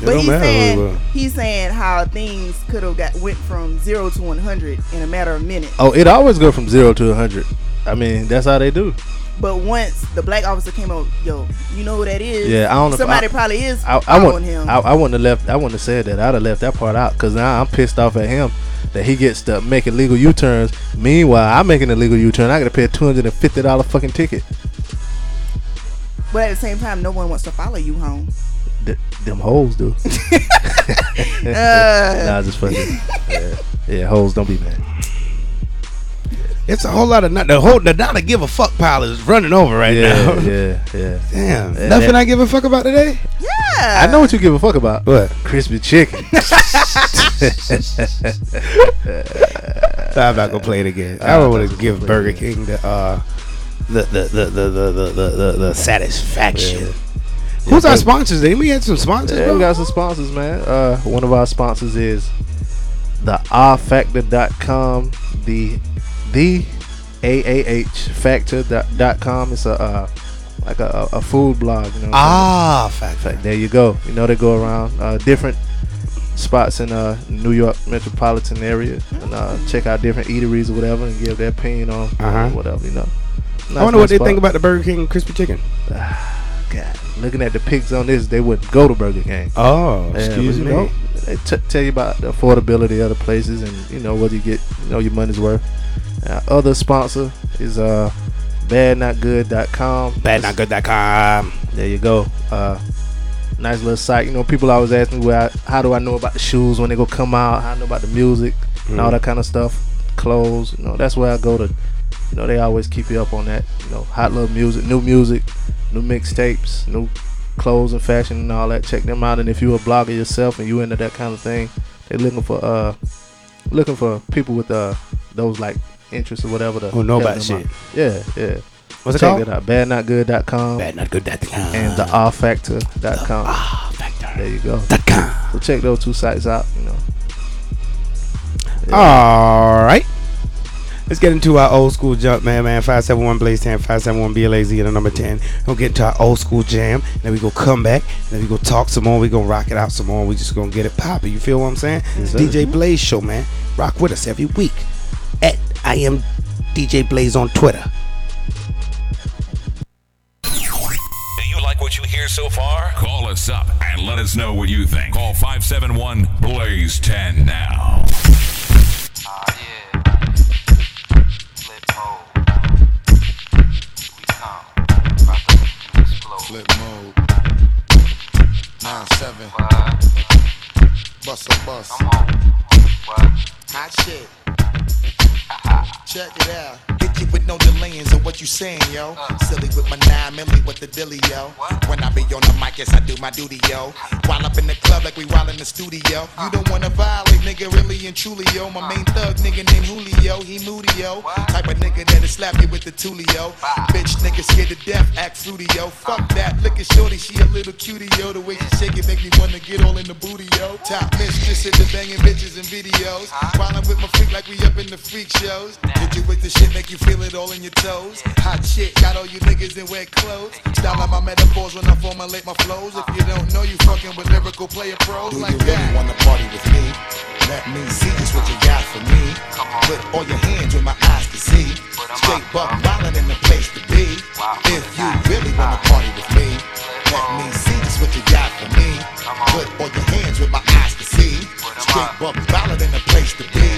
But
don't
he's
matter who
saying
it was.
he's saying how things could have got went from zero to one hundred in a matter of minutes.
Oh, it always go from zero to a hundred. I mean, that's how they do.
But once the black officer came out, yo, you know who that is?
Yeah, I don't know if
Somebody
I-
probably is
I, I
following
wouldn't.
him.
I, I wouldn't have left. I wouldn't have said that. I'd have left that part out because now I'm pissed off at him that he gets to make illegal U-turns. Meanwhile, I'm making an illegal U-turn. I got to pay a two hundred and fifty dollar fucking ticket.
but at the same time, no one wants to follow you home.
Th- them hoes <laughs> do. nah, just fucking. <laughs> Yeah, yeah, hoes don't be mad.
It's a whole lot of not the whole the not a give a fuck pile is running over right
Yeah, <laughs>
now. <laughs>
yeah, yeah.
Damn,
Yeah,
nothing
that-
I give a fuck
<laughs>
about today.
I know what you give a fuck about.
What?
Crispy chicken.
I'm not gonna play it again. <laughs> I
<laughs>
don't want to give Burger King the uh the the the the the the, the, the, the satisfaction. Who's our sponsors? Did we had some sponsors?
Yeah,
bro?
we got some sponsors, man. Uh, one of our sponsors is the rfactor.com, the the AAH factor.com. It's a uh, like a, a a food blog, you know. what I'm
ah, fact,
saying? Like, there you go. You know they go around uh, different spots in uh New York metropolitan area and uh, check out different eateries or whatever and give their opinion on
Uh-huh.
whatever, you know.
I wonder what they
Nice
think
spot.
about the Burger King crispy chicken.
God, looking at the pics on this, they wouldn't go to Burger King.
Oh,
Yeah, but you know, They t- tell you about the affordability of the places and you know whether you get you know your money's worth. Our other sponsor is uh badnotgood.com.
Badnotgood.com.
There you go. Uh nice little site. You know, people always ask me where I, how do I know about the shoes when they go come out, how I know about the music and
Mm.
all that kind of stuff. Clothes, you know, that's where I go to you know, they always keep you up on that. You know, hot love music, new music, new mixtapes, new clothes and fashion and all that. Check them out. And if you're a blogger yourself and you into that kind of thing, they looking for uh looking for people with uh those like interests or whatever to
Who know
help
about
them
shit.
out. Yeah, yeah.
What's it
Check
called?
it out. Badnotgood.com
Badnotgood.com.
and the R Factor.com. There you go. So check those two sites out, you know.
All right. Let's get into our old school jump, man, man. 571 Blaze 10, 571 BLAZ and the number 10. We'll get to our old school jam. Then we go come back. Then we go talk some more. we going to rock it out some more. we just going to get it popping. You feel what I'm saying? It's DJ Blaze Show, man. Rock with us every week. At I am DJ Blaze on Twitter.
Do you like what you hear so far? Call us up and let us know what you think. Call 571 Blaze 10 now.
Flip mode. Nine seven. Bust a bus. Hot shit. Check it out.
Hit you with no delaying, so what you
you saying, yo. Silly with my nine milli with the dilly, yo. When I be on the mic, yes, I do my duty, yo. While up in the club like we while in the studio. You don't wanna violate, nigga, really and truly, yo. My main thug, nigga named Julio, he moody, yo. Type of nigga that'll slap you with the tulio. Bitch, nigga scared to death, act fruity, yo. Fuck that, look at shorty, she a little cutie, yo. The way she shake it make me wanna get all in the booty, yo. Top mistress at the banging bitches and videos. While I'm with my freak like we up in the freak shows. Hit you with the shit, make you feel it all in your toes. Hot shit, got all you niggas in wet clothes. Style out my metaphors when I formulate my flows. If you don't know, you fucking with lyrical player pros
Do
like
you really
that.
wanna party with me? Let me see just what you got for me. Put all your hands where my eyes can see. Straight buck wildin' in the place to be. If you really wanna party with me, let me see just what you got for me. Put all your hands where my eyes can see. Straight buck wildin' in the place to be.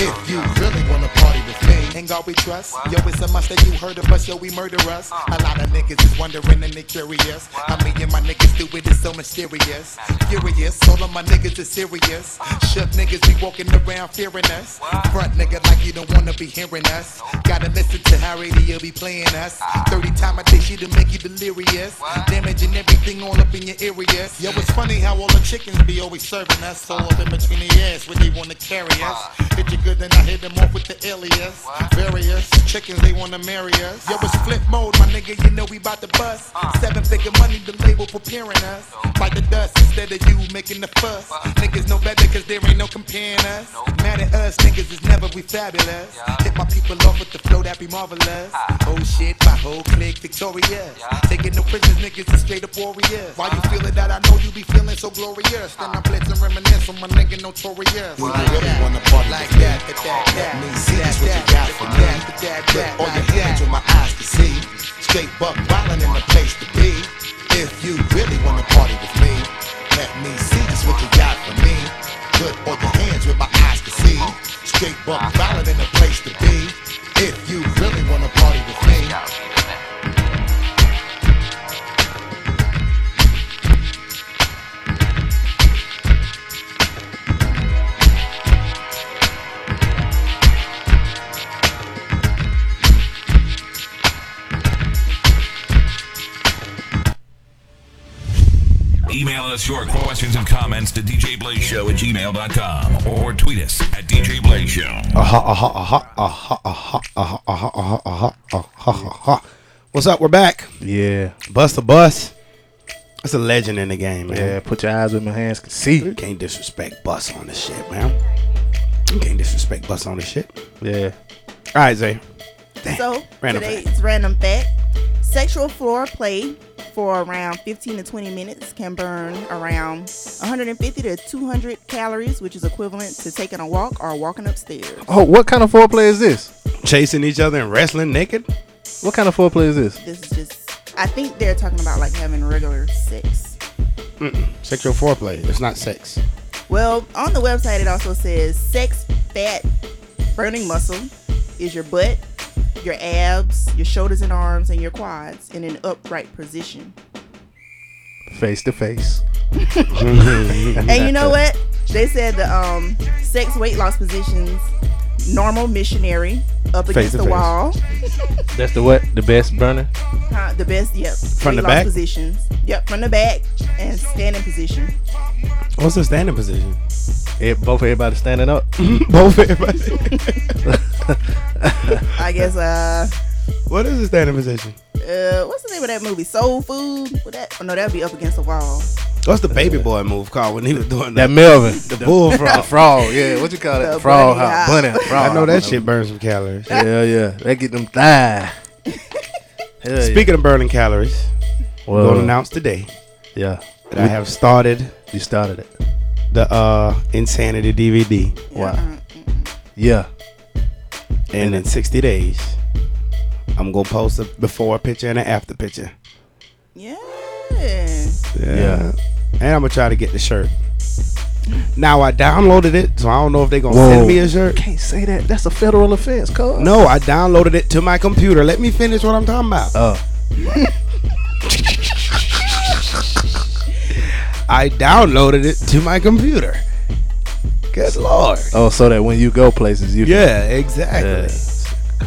If you really wanna party with me,
And God we trust. Uh. Yo, it's a must that you heard of us, yo, we murder us. A lot of niggas is wondering and they curious. I mean, and my niggas do it, it's so mysterious. Furious, all of my niggas is serious. Shook niggas be walking around fearing us. Front nigga like you don't wanna be hearing us. Gotta listen to how radio be playing us. 30 time a day, she to make you delirious. Damaging everything all up in your areas. Yo, it's funny how all the chickens be always serving us. All up in between the ass when they wanna carry us. Hit you good, then I hit them off with the alias. Various chickens, they wanna marry us. Yo, it's flip mode, my nigga, you know we bout to bust. Seven figure money, the label preparing us. Bite the dust instead of you making the fuss. Niggas know better, cause there ain't no comparing us. Mad at us, niggas is never we fabulous. Hit my people off with the flow that be marvelous.
Ah.
Oh shit, my whole clique victorious. Taking no prisoners, niggas is straight up warriors. Why
Ah.
you feeling that? I know you be feeling so glorious. Then I blitz and reminisce on my nigga notorious.
Do you
Like
really
that.
wanna party
like
with me?
that, that, that,
Let
that,
me see
that,
just what you
that,
got
that,
for
that,
me.
that,
Put
that,
all your
like
hands
that.
where my eyes can see. Straight buck wildin' in the place to be. If you really wanna party with me, let me see just what you got for me. Put all your hands where my eyes can see. Straight buck wildin' in the place to be. If you really wanna party with me.
Email us your questions and comments to djblazeshow at gmail.com or tweet us at djblazeshow.
Aha, aha, aha, aha, aha, aha, aha, aha, aha, aha, aha. What's up? We're back.
Yeah.
Bust the bus. That's a legend in the game, man.
Yeah, put your eyes where my hands can see.
You can't disrespect Bus on this shit, man. You can't disrespect Bus on this shit.
Yeah.
All right, Zay.
So
Random
today's random fact: sexual floor play for around 15 to 20 minutes can burn around 150 to 200 calories, which is equivalent to taking a walk or walking upstairs.
Oh, what kind of foreplay is this?
Chasing each other and wrestling naked.
What kind of foreplay is this?
This is just. I think they're talking about like having regular sex.
Sexual foreplay. It's not sex.
Well, on the website it also says sex fat burning muscle is your butt, your abs, your shoulders and arms, and your quads in an upright position.
Face to
<laughs>
face.
And you know what? They said the um, sex weight loss positions, normal missionary, up against
to
the
face.
wall.
That's the what? The best burner?
Huh, the best, yep. From
the back?
positions. Yep, from the back and standing position.
What's the standing position?
Yeah, both everybody standing up.
<laughs> Both everybody.
I guess, uh,
what is the standing position?
uh, what's the name of that movie? Soul Food? Would that, oh, no, that'd be up against the wall.
What's the baby boy move called when he was doing
That
that?
Melvin.
the bullfrog.
frog. Yeah, what you call
The
that? Frog
bunny
house.
house.
Bunny house. Frog
I know that
house.
shit burns some calories.
Yeah, yeah. They get them
<laughs>
thigh. Hell yeah.
Speaking of burning calories, we're
Well,
going to announce today
Yeah.
that I have started
You started it.
the uh, Insanity DVD.
Wow. Yeah.
And in 60 days, I'm going to post a before picture and an after picture.
Yeah.
Yeah.
And I'm going to try to get the shirt. Now, I downloaded it, so I don't know if they're going to
Whoa.
send me a shirt.
Can't say that. That's a federal offense, cuz.
No, I downloaded it to my computer. Let me finish what I'm talking about.
Oh.
<laughs> I downloaded it to my computer. Good lord.
Oh, so that when you go places, you
Yeah, exactly.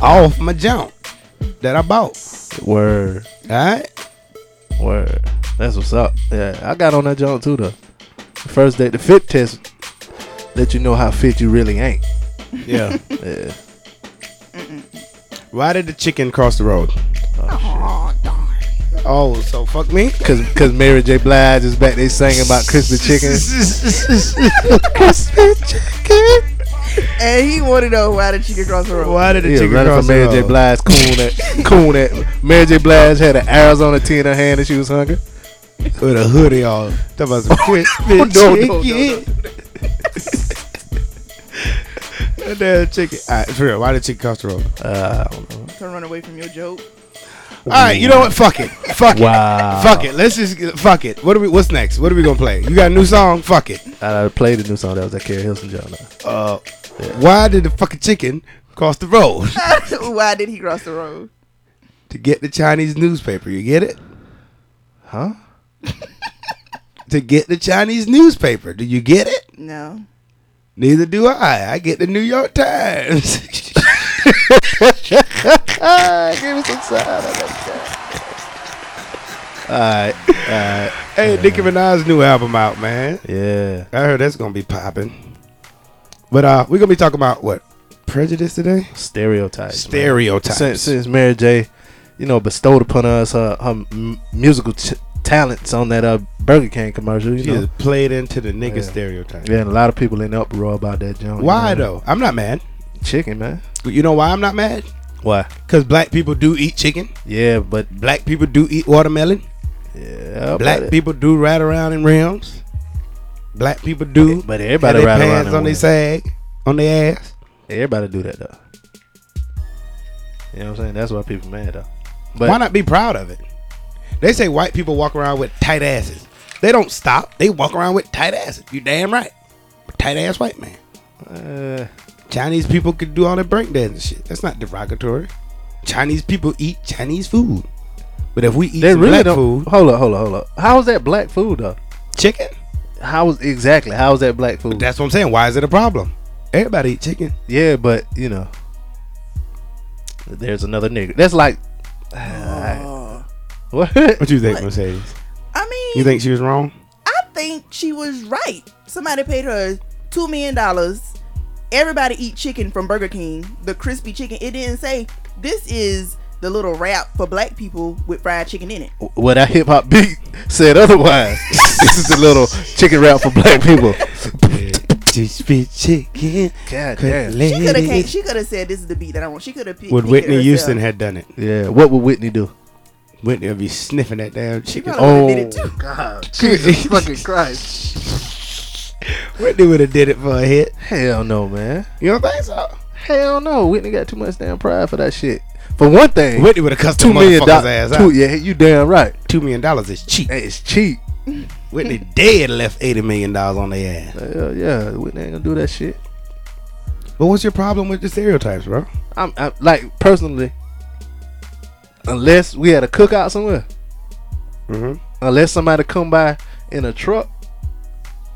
Off my jump. that I bought.
Word.
All right.
Word. That's what's up. Yeah, I got on that joint too though. The first day, the fit test let you know how fit you really ain't. <laughs>
Yeah.
yeah.
Why did the chicken cross the road?
Oh, darn.
Oh, so fuck me.
Cause, Cause Mary J. Blige is back. They singing about Christmas
<laughs>
chicken.
Christmas chicken.
And he wanted to know why the chicken cross the road.
Why did the
Yeah,
chicken
running
cross
from
the
Mary
road?
J. Blige, coon that, coon that. Mary J. Blige had an Arizona tea in her hand and she was hungry.
with a hoodie on. Talking about <laughs> some
No,
Christmas
no, no,
chicken. That damn chicken. All right, for real. Why did chicken cross the road?
Uh, I don't know.
Don't run away from your joke. <laughs>
All right, you know what? Fuck it. Fuck it.
Wow.
Fuck it. Let's just fuck it. What are we? What's next? What are we gonna play? You got a new song? Fuck it.
I played the new song that was that Carrie Hilson joint.
Uh, why did the fucking chicken cross the road <laughs>
why did he cross the road?
to get the Chinese newspaper? You get it?
Huh?
To get the Chinese newspaper. Do you get it?
No.
Neither do I. I get the New York Times. <laughs>
Give me some All right. All right.
hey, Nicki Minaj's new album out, man.
Yeah.
I heard that's gonna be popping. But uh, we're gonna be talking about what prejudice today.
Stereotypes. man.
Stereotypes.
Since, since Mary J, you know, bestowed upon us her, her m- musical t- talents on that uh, Burger King commercial, you
She
know.
has played into the nigga
Yeah.
stereotype.
Yeah, and a lot of people in uproar about that joint. you
Why
know.
though? I'm not mad.
Chicken, man.
You know why I'm not mad?
Why?
Cause black people do eat chicken.
Yeah, but
Black people do eat watermelon.
yeah,
Black
but-
people do ride around in rims. Black people do.
But everybody
have their
ride around
pants
in
on their
rims.
sag, on their ass.
Everybody do that though. You know what I'm saying? That's why people mad though. But
Why not be proud of it? They say white people walk around with tight asses. They don't stop. They walk around with tight asses. You damn right. Tight ass white man.
Uh,
Chinese people could do all that breakdance and shit. That's not derogatory. Chinese people eat Chinese food. But if we eat
they
some
really
black
don't.
food,
Hold up, hold up, hold up. How is that black food though?
chicken.
How is exactly? How is that black food?
That's what I'm saying. Why is it a problem? Everybody eat chicken.
yeah, but you know, there's another nigga. That's like <sighs> what?
What you think, Mercedes?
I mean,
You think she was wrong?
I think she was right. Somebody paid her two million dollars. Everybody eat chicken from Burger King, the crispy chicken. It didn't say this is the little wrap for black people with fried chicken in it.
Well, that hip hop beat said otherwise. <laughs> this is the little chicken wrap for black people.
Just be chicken.
God
Could
damn.
She could have came.
ladies-
She could have said this is the beat that I want. She could have picked.
Would Whitney Houston had done it?
Yeah, what would Whitney do?
Whitney would be sniffing that damn chicken.
Oh, did it too.
<laughs> God, Jesus fucking Christ!
Whitney would have did it for a hit.
Hell no, man.
You don't think so?
Hell no, Whitney got too much damn pride for that shit. For one thing,
Whitney would have cussed two
two million
motherfucker's
dollars.
ass
Two,
out.
yeah, you damn right.
Two million dollars is cheap.
Hey, it's cheap.
Whitney dead left eighty million dollars on their ass.
Hell yeah, Whitney ain't gonna do that shit.
But what's your problem with the stereotypes, bro?
I'm, I'm like personally, unless we had a cookout somewhere, Mm-hmm.
Mhm.
unless somebody come by in a truck,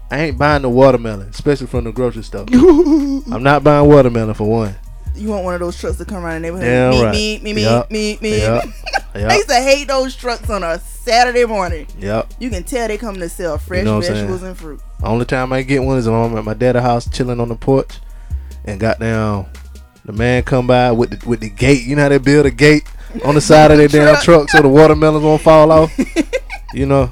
I ain't buying the watermelon, especially from the grocery <laughs> store. I'm not buying watermelon for one.
You want one of those trucks to come around the neighborhood?
Damn
me,
right.
me, me, me,
Yup.
me, me.
Yup.
<laughs> I
Yep,
used to hate those trucks on a Saturday morning.
yep.
You can tell they come to sell fresh
know what I'm saying?
vegetables and fruit.
Only time I get one is when I'm at my dad's house chilling on the porch, and goddamn, the man come by with the, with the gate. You know how they build a gate on the side <laughs> of their damn truck so the watermelons won't fall <laughs> off. you know,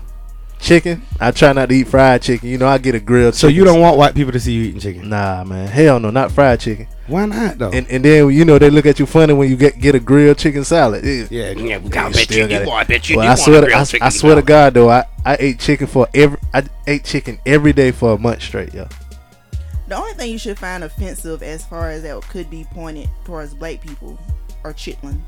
chicken. I try not to eat fried chicken. You know, I get a grilled.
So you
chicken.
don't want white people to see you eating chicken?
Nah, man. Hell no, not fried chicken.
Why not though?
And and then you know they look at you funny when you get get a grilled chicken salad. Yeah.
yeah, yeah, we
You
got
still got it. Well, I swear, to, I, I swear to God though, I, I ate chicken for every I ate chicken every day for a month straight, yo.
The only thing you should find offensive as far as that could be pointed towards black people are chitlins,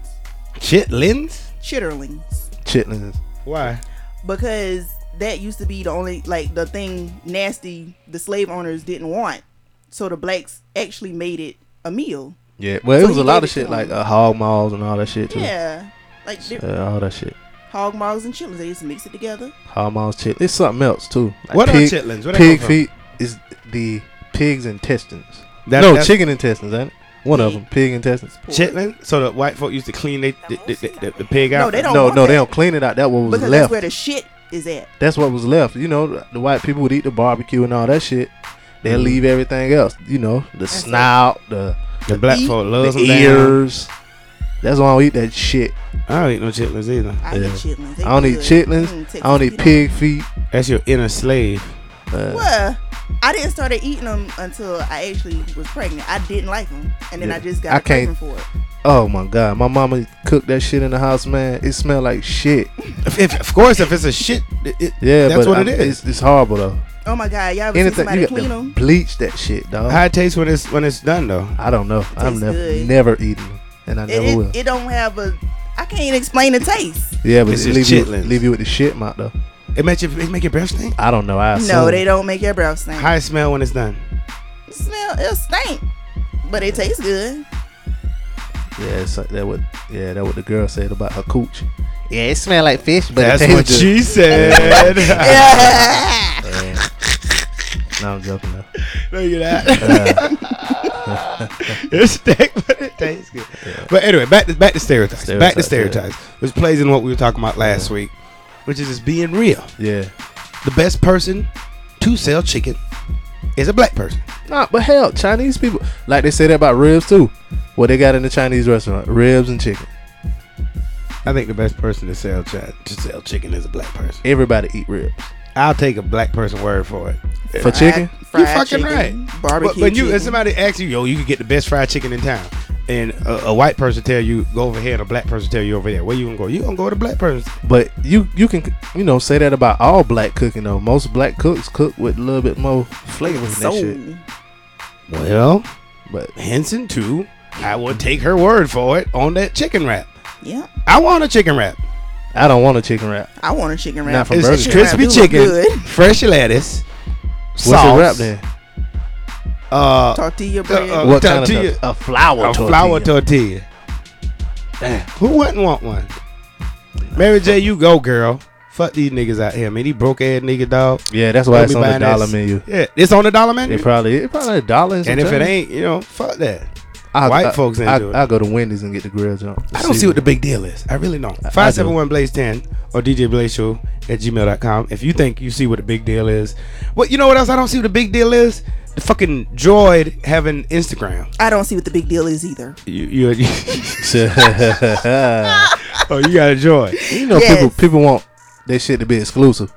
chitlins.
chitterlings,
Chitlins.
Why?
because that used to be the only like the thing nasty the slave owners didn't want, so the blacks actually made it a meal.
Yeah, well,
So
it was
you
a lot
gave
of
it to
shit
him.
like uh, hog maws and all that shit too.
Yeah, like di-
Uh, all that shit.
hog maws and chitlins, they just mix it together.
Hog maws, chitlins. It's something else too. Like
What are chitlins? Where they
pig
come from?
feet is the pig's intestines.
That-
no,
that's-
chicken intestines, ain't it? One of them, pig intestines.
Chitlin? So the white folk used to clean they, the, the, the, the pig
No,
out?
they don't
No,
want
no,
that.
they don't clean it out. That what was
because
left.
that's where the shit is at.
That's what was left. You know, the white people would eat the barbecue and all that shit. They
Mhm.
leave everything else. You know, the snout, the
The black folk loves
the
them down.
ears. That's why I don't eat that shit.
I don't eat no chitlins either.
I
Yeah.
eat chitlins. They
I don't eat
good.
chitlins.
Mm, Texas
I don't eat
feet
pig feet.
That's your inner slave.
Uh,
Well, I didn't start eating them until I actually was pregnant. I didn't like them, and then
Yeah.
I just got
I
a craving
can't-
for it.
Oh my god, my mama cooked that shit in the house, man. It smelled like shit.
If, if- of course, if it's a shit, it, it-
Yeah,
that's
but
what
I-
it is.
It's, it's horrible though.
Oh my god, y'all ever seen
Anything
somebody
you got
clean
to <laughs>
them?
bleach that shit, dog.
How it tastes when it's when it's done though.
I don't know. I've
tastes
never
good.
never eaten them, and I
It,
never will.
it, it don't have a. I can't even explain the taste.
yeah, but
It's
it leave
just
you,
chitlins.
leave you with the shit mouth though.
It makes your, it make your breath stink.
I don't know. I assume.
No, they don't make your breath stink.
How it smell when it's done?
It smell, it stink, but it tastes
<laughs>
good.
Yeah, it's like that. What? Yeah, that what the girl said about her cooch. Yeah, it smelled like fish, but it <laughs>
That's
tastes
what
good.
she <laughs> said.
Yeah.
Yeah. no, I'm joking. Though.
no, you're not.
Uh,
<laughs> It's steak, but it tastes good. But anyway, back to back to stereotypes. Back to
Stereotypes, yeah.
stereotypes, which plays in what we were talking about last week, which is just being real.
yeah.
The best person to sell chicken is a black person.
Nah, but hell, Chinese people like they say that about ribs too. What they got in the Chinese restaurant: ribs and chicken.
I think the best person to sell chi- to sell chicken is a black person.
Everybody eat ribs
I'll take a black person word for it.
for chicken.
Fried- fried
you fucking
chicken,
right.
Barbecue.
But when you
chicken.
and somebody asks you, yo, you can get the best fried chicken in town, and a, a white person tell you go over here, and a black person tell you over there, where you gonna go? You gonna go to the black person?
But you you can you know say that about all black cooking though. Most black cooks cook with a little bit more flavor in that
Soul.
shit.
Well,
But
Henson too. I will take her word for it on that chicken wrap.
Yeah,
I want a chicken wrap.
I don't want a chicken wrap.
I want a chicken wrap.
Not from
It's,
Burger
it's
King.
crispy
Chicken wrap do look
chicken, fresh lettuce,
What's
sauce.
a wrap then?
Uh,
tortilla bread.
uh,
What kind
tortilla.
of tor- a flour?
a
tortilla.
flour tortilla. Who wouldn't want one? Mary J, you go, girl. Fuck these niggas out here, man. These broke ass nigga dog.
Yeah, that's why
Don't
it's
be
on the
buying
dollar
that-
menu.
Yeah, it's on the dollar
It
menu.
probably it probably a dollar. and
and if it
something.
ain't, you know, fuck that.
I,
white
I,
folks ain't
I,
do it.
I go to Wendy's and get the grill jump.
I don't see what the big deal is. I really don't. Five seven one blaze ten or DJ Blaze Show at gmail.com. If you think you see what the big deal is, well, you know what else? I don't see what the big deal is. The fucking droid having Instagram.
I don't see what the big deal is either.
You, you, <laughs>
the.
oh, you got a
<laughs>
droid.
you
<laughs>
know,
Yes.
people people want their shit to be exclusive,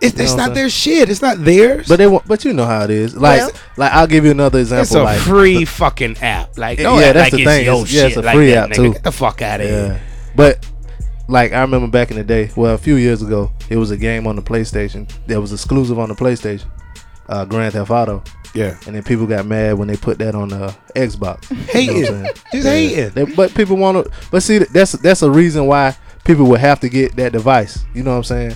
It's, it's
what I'm
not their shit. It's not theirs.
but they want. But you know how it is. Like
Well-
like I'll give you another
It's
example.
a
like
free fucking app. Like,
Yeah,
don't
yeah,
act
that's
like
the
it's
thing.
your
It's- yeah, it's
shit
a
like
free
that,
app,
nigga.
too.
Get the fuck out of
yeah,
here.
but like I remember back in the day. Well, a few years ago, it was a game on the PlayStation that was exclusive on the PlayStation, uh, Grand Theft Auto,
Yeah.
and then people got mad when they put that on uh, Xbox.
Hating.
You know
<laughs>
what I'm saying?
Just
Yeah.
hating.
They- but people want to. But see, that's that's a reason why people would have to get that device. You know what I'm saying?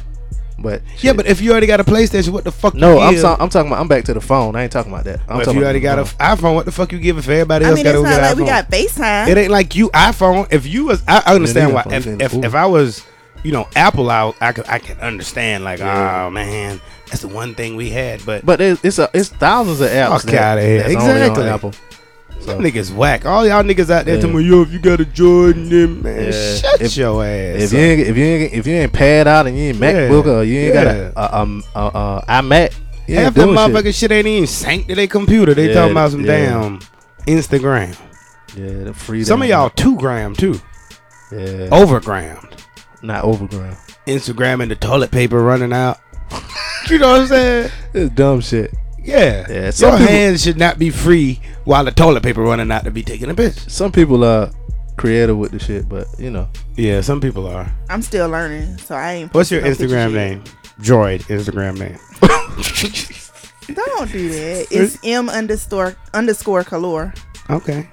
But
Yeah, but if you already got a PlayStation, what the fuck?
no,
you
I'm
give?
so, I'm talking about. I'm back to the phone. I ain't talking about that. I'm
But if
talking
you
about
already
the
got an
phone.
iPhone, what the fuck you giving for everybody
I
else?
mean,
gotta
it's
go
not
get
like
an
we
iPhone?
got FaceTime.
It ain't like you iPhone. If you was, I, I understand
need
why.
a phone,
If
you need a
if,
phone.
if I was, you know, Apple, I I could I could understand. Like, oh man, that's the one thing we had. But,
But it, it's a, it's thousands of apps.
Fuck outta here.
that's only on
Exactly.
Apple. So,
them niggas whack. All y'all niggas out there
Yeah.
telling me, yo, if you got a Jordan, then man,
Yeah.
shut
If-
your ass.
if you ain't if you ain't if you ain't pad out and you ain't
Yeah.
MacBook or you ain't
Yeah.
got a, a, um, a, a iMac, you ain't
Half that
doing shit.
motherfucking shit. ain't even synced to their computer. They
Yeah,
talking about some
yeah.
damn Instagram.
Yeah, the free.
Some of
down.
y'all two gram too,
yeah,
overgrammed.
not overground.
Instagram and the toilet paper running out. <laughs> you know what I'm saying?
It's dumb shit.
Yeah.
Yeah,
Your
some people-
hands should not be free while the toilet paper running out to be taking a piss.
Some people are creative with the shit, but you know.
Yeah, some people are.
I'm still learning, so I ain't.
What's your
posting no
Instagram
pictures yet.
name? Droid Instagram name.
Don't do
<laughs>
that. It's m underscore underscore color.
Okay.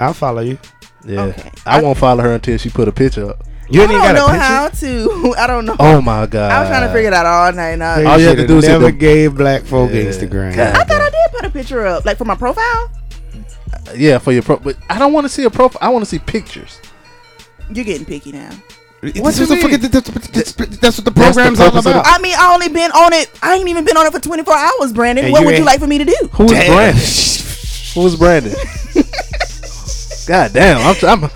I'll follow you.
Yeah,
Okay.
I, won't follow her until she put a picture up.
You
I
ain't
don't
even got
know
a picture.
how to. <laughs> I don't know.
Oh my god!
I was trying to figure it out all night. Now.
They
All you have to
shoulda
do is hit
never
the-
gave black folk
Yeah.
Instagram.
God.
I thought I did put a picture up, like for my profile.
Yeah, for your pro, but I don't want to see a profile. I want to see pictures.
You're getting picky now.
What's
you
the fuck-
mean?
that's- that's- That's what the
That's the
program's all
purpose of the-
I
about.
mean, I only been on it. I ain't even been on it for 24 hours, Brandon.
And
what
you
would you
ain't-
like for me to do?
Who's
Damn.
<laughs>
Brandon? Who's Brandon? God damn, I'm, I'm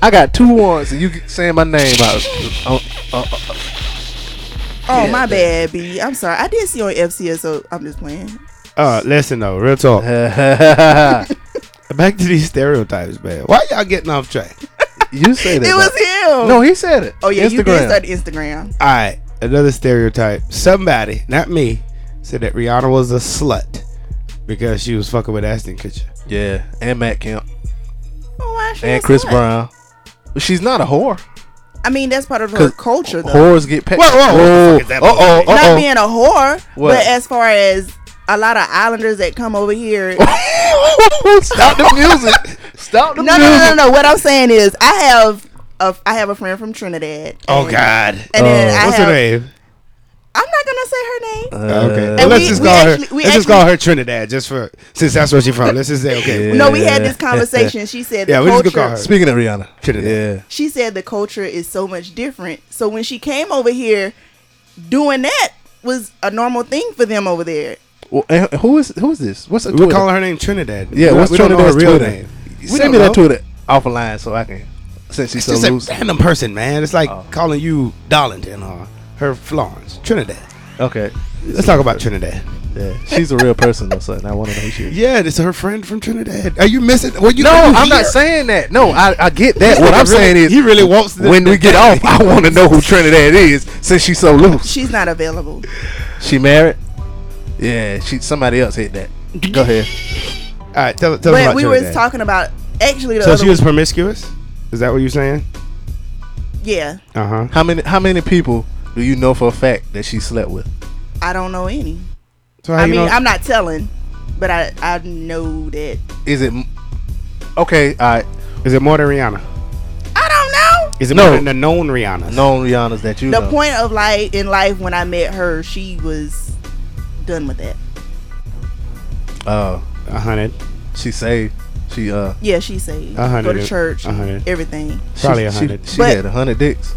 I got two ones, and you saying my name out. Uh,
<laughs>
uh, uh,
Oh my bad, B. I'm sorry. I did see you on FCS, so I'm just playing.
Uh, listen though,
<laughs>
real talk. Back to these stereotypes, man. Why y'all getting off track?
you say
It was him.
No, he said it.
Oh yeah, you did
Instagram.
start Instagram.
All right, another stereotype. Somebody, not me, said that Rihanna was a slut because she was fucking with Ashton Kutcher.
Yeah, and Matt Kemp
Oh, why she
and
was
Chris
slut?
Brown. But she's not a whore.
I mean, that's part of her
'Cause
culture, though.
Whores get paid.
Whoa, whoa, what the
whoa. Uh
fuck is that
oh, uh
Not
oh.
being a whore,
What?
but as far as a lot of islanders that come over
<laughs>
here.
<laughs> Stop the music. Stop the
no, no,
music.
no, no, no. What I'm saying is, I have a I have a friend from Trinidad.
Oh
and-
God. Oh.
And then I
What's
have,
her name?
I'm not gonna say her name.
Uh,
okay.
and
Well, let's
we-
just
we
call
actually-
her.
we
Let's just call her Trinidad, just for since that's where she's from. Let's just say okay.
Yeah.
No, we had this conversation. She said
Uh, Yeah,
the
we just
culture.
gonna call her.
Speaking of Rihanna,
Should've
yeah,
done.
She said the culture is so much different. So when she came over here, doing that was a normal thing for them over there.
well, and who is who is this? What's her
We're
Twitter?
calling her name Trinidad.
Yeah,
We
what's
don't- we don't know
Trinidad's
her real
Twitter?
name? We
Send
don't
me that
know.
Twitter off line so I can. Since she's
It's
so
just a
loose.
random person, man. It's like
Oh.
calling you Darlington or her Florence, Trinidad.
Okay,
Let's talk about Trinidad.
yeah, she's a real person though, son. I want to know who she is.
Yeah, this is her friend from Trinidad. Are you missing? Well,
<laughs>
you
No,
you
I'm not
here.
saying that. No, I, I get that. What
He
I'm
really-
saying is,
he really wants this-
when we
<laughs>
get off, I want to know who Trinidad is since she's so loose.
She's not available.
She married? Yeah, she. Somebody else hit that. Go ahead.
All right, tell, tell us
But
about
we
Trinidad.
were talking about actually the
So
other
she was promiscuous. Is that what you're saying?
yeah.
Uh huh.
How many? How many people do you know for a fact that she slept with?
I don't know any.
So how
I
you
mean,
know?
I'm not telling, but I I know that
Is it? m- Okay, all right.
is it more than Rihanna?
I don't know.
Is it
No.
more than the known Rihanna?
Known Rihanna's that you
the
know.
point of life in life when I met her, she was done with that.
Oh,
a hundred,
she saved. She uh,
Yeah, she saved.
A hundred
Go to
and-
church,
a hundred.
everything.
probably
she,
a hundred.
She, she
But-
had a hundred dicks.
A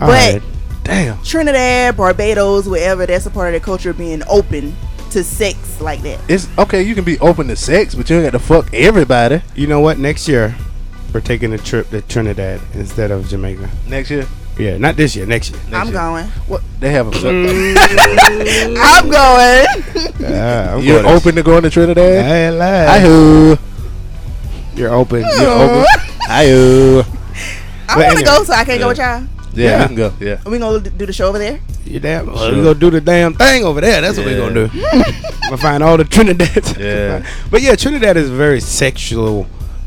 but-
hundred.
Damn.
Trinidad, Barbados, wherever, that's a part of their culture being open to sex like that.
It's okay. You can be open to sex, but you ain't got to fuck everybody
you know what? Next year, we're taking a trip to Trinidad instead of Jamaica.
next year.
Yeah, not this year. Next year.
I'm
year.
going.
What they have a
I'm going.
<laughs>
Yeah, I'm
You're
going
open to going to
To,
Trinidad?
Hey, lad.
I who?
You're open.
You're
<laughs>
open?
You're
Oh. <laughs>
open.
I who?
I
But
want to
anyway.
go, so I can't go with y'all.
Yeah,
Yeah.
we can go. Yeah.
Are we gonna d- do the show over there?
You damn. Well,
Sure.
We gonna do the damn thing over there. That's what we
Yeah.
gonna do. <laughs> I'm gonna find all the Trinidad.
<laughs> Yeah.
but yeah, Trinidad is a very sexual